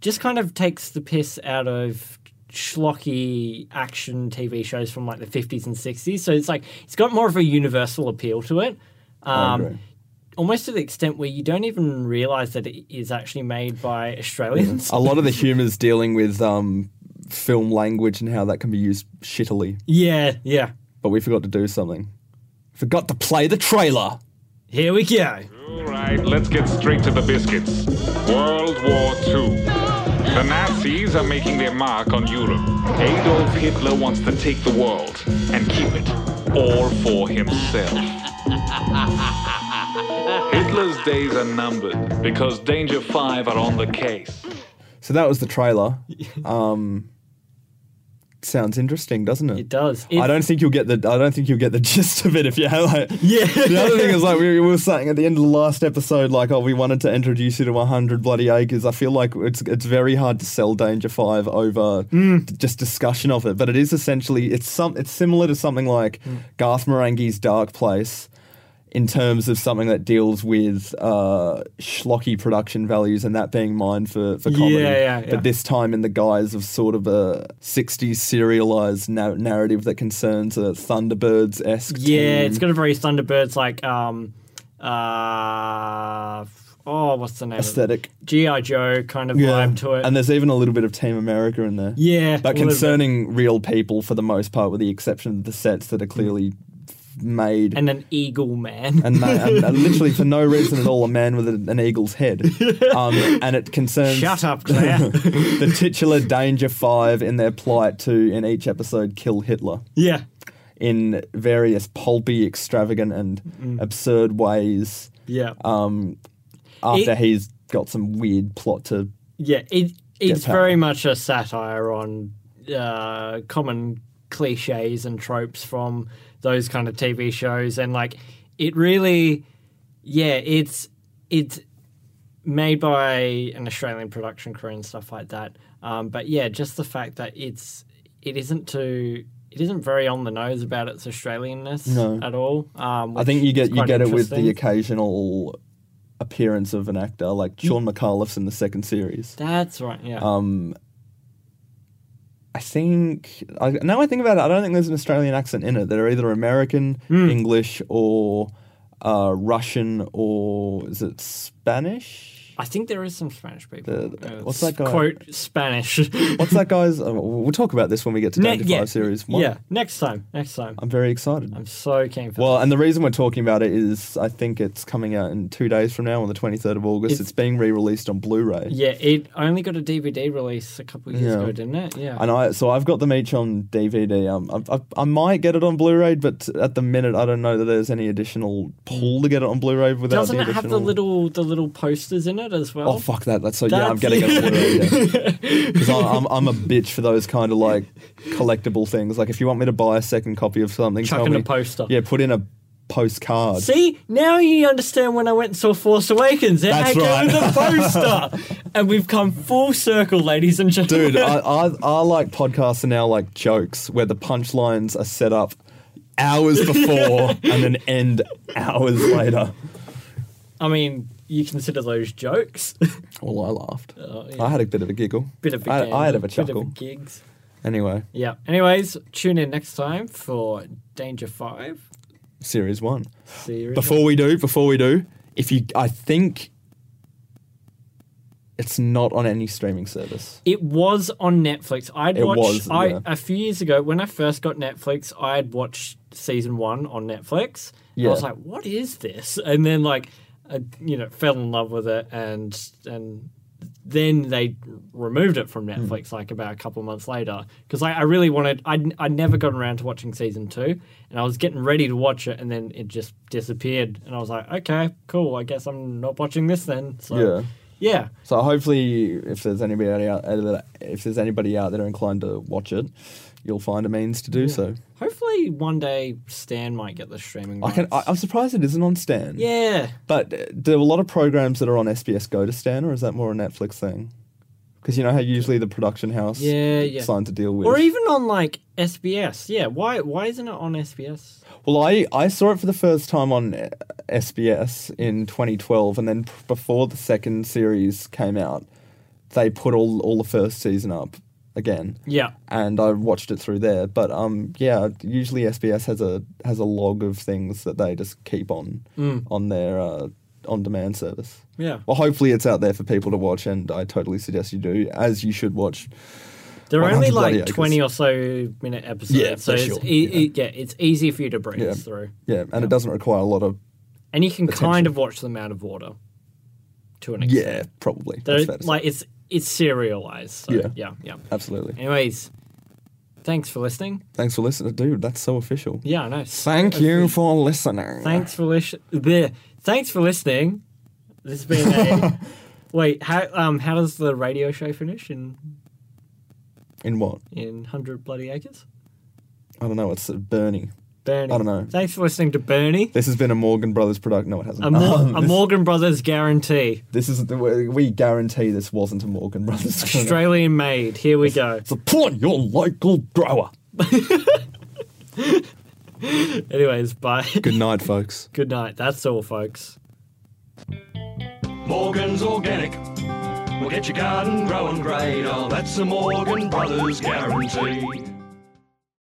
just kind of takes the piss out of schlocky action TV shows from like the 50s and 60s. So it's like it's got more of a universal appeal to it. Um, agree. Almost to the extent where you don't even realize that it is actually made by Australians. A lot of the humour's dealing with um, film language and how that can be used shittily. Yeah, yeah. But we forgot to do something. Forgot to play the trailer. Here we go. All right, let's get straight to the biscuits. World War II. The Nazis are making their mark on Europe. Adolf Hitler wants to take the world and keep it all for himself. Hitler's days are numbered because Danger 5 are on the case. So that was the trailer. Um, sounds interesting, doesn't it? It does. I It's- don't think you'll get the. I don't think you'll get the gist of it if you have like. Yeah. The other thing is like we, we were saying at the end of the last episode, like oh, we wanted to introduce you to 100 bloody acres. I feel like it's it's very hard to sell Danger Five over Mm. d- just discussion of it, but it is essentially it's some it's similar to something like Mm. Garth Marenghi's Dark Place. In terms of something that deals with uh, schlocky production values and that being mine for, for comedy, Yeah, yeah, yeah. but this time in the guise of sort of a 60s serialized na- narrative that concerns a Thunderbirds esque. Yeah, it's got a very Thunderbirds like um uh f- oh what's the name? of it? aesthetic. GI Joe kind of vibe to it. And there's even a little bit of Team America in there. yeah, But a little bit. concerning real people for the most part, with the exception of the sets that are clearly f- made. and an eagle man. and, ma- and, and literally for no reason at all, a man with a, an eagle's head. Um, and it concerns Shut up, Claire. the titular Danger Five in their plight to, in each episode, kill Hitler. yeah. in various pulpy, extravagant, and Mm-hmm. absurd ways. Yeah. Um, after It- he's got some weird plot to yeah, it it's power. very much a satire on uh common clichés and tropes from those kind of TV shows and like it really yeah, it's it's made by an Australian production crew and stuff like that. Um, but yeah, just the fact that it's it isn't too it isn't very on the nose about its Australianness at all. Um, I think which you is get you quite get it with the interesting. occasional appearance of an actor like Mm. Sean McAuliffe's in the second series. That's right. Yeah. I think I, now I think about it, I don't think there's an Australian accent in it. They're either American, Mm. English, or uh, Russian, or is it Spanish? I think there is some Spanish people. The- Uh, what's that guy? Quote Spanish. What's that guy's? Uh, we'll talk about this when we get to Ne- Danger yeah, Five series one. Yeah. Next time. Next time. I'm, I'm very excited. so keen for. Well, and the reason we're talking about it is I think it's coming out in two days from now on the 23rd of August. It's, It's- being re released on Blu ray. that. yeah, it only got a DVD release a couple of years Yeah. ago, didn't it? Yeah. And I, so I've got them each on DVD. Um, I, I, I might get it on Blu-ray, but at the minute, I don't know that there's any additional pull to get it on Blu-ray without Doesn't the it have the additional- little the little posters in it as well? Oh fuck that! That's so yeah. I'm That's- getting it on Blu-ray because I'm I'm a bitch for those kind of like collectible things. Like if you want me to buy a second copy of something, Chuck tell in a me- poster. Yeah, put in a postcard. See, now you understand when I went and saw Force Awakens. There That's I go right. with the poster. and we've come full circle, ladies and gentlemen. Dude, I, I, I like podcasts are now like jokes where the punchlines are set up hours before and then end hours later. I mean, you consider those jokes? Well, I laughed. yeah. I had a Oh, bit of a giggle. bit of a I- game, I had a bit bit of a Bit chuckle. of gigs. Anyway, Yeah. Anyways, tune in next time for Danger Five. series one. See you. in- Before we do, before we do, if you, I think it's not on any streaming service. It was on Netflix. I'd It watched was, I, yeah. a few years ago when I first got Netflix. I had watched season one on Netflix. And I was Yeah. like, "What is this?" And then like, I, you know, fell in love with it, and and then they removed it Hmm. from Netflix like about a couple months later because I, I really wanted. I'd I'd never gotten around to watching season two, and I was getting ready to watch it, and then it just disappeared, and I was like, "Okay, cool. I guess I'm not watching this then." So, Yeah. Yeah. So hopefully, if there's anybody out, if there's anybody out there inclined to watch it, you'll find a means to do so. Hopefully, one day Stan might get the streaming. I Rights. can. I, I'm surprised it isn't on Stan. yeah, But uh, do a lot of programs that are on SBS go to Stan, or is that more a Netflix thing? Because you know how usually the production house Yeah, yeah. signs a deal with. or even on like SBS. Yeah, why why isn't it on SBS? well, I, I saw it for the first time on uh, SBS in 2012, and then p- before the second series came out, they put all all the first season up again. Yeah, And I watched it through there, but um, yeah. Usually SBS has a has a log of things that they just keep on on their uh, on demand service. Mm. yeah. Well, hopefully it's out there for people to watch, and I totally suggest you do, as you should watch. There are 100 only like bloody acres. twenty or so minute episodes. Yeah, so for it's, sure, e- yeah. e- yeah, it's easy for you to breeze Yeah. through, Yeah, and it doesn't require a lot of. and you can Attention. kind of watch them out of order to an extent. Yeah, probably. That's They're- fair to say. like it's it's serialized. So, Yeah. yeah, yeah. Absolutely. Anyways, thanks for listening. Thanks for listening. Dude, that's so official. Yeah, I know. Thank you for listening. Thanks for listening. Thanks for listening. This has been a. Wait, how um how does the radio show finish in In what? in hundred bloody acres? I don't know. It's uh, Bernie. Bernie. I don't know. Thanks for listening to Bernie. This has been a Morgan Brothers product. No, it hasn't. A, Mor- Um, a this- Morgan Brothers guarantee, This is the way we guarantee this wasn't a Morgan Brothers. product. Australian made. Here we go. Support your local grower. Anyways, bye. Good night, folks. Good night. That's all, folks. Morgan's Organic. We'll get your garden growing great. Oh, that's the Morgan Brothers guarantee.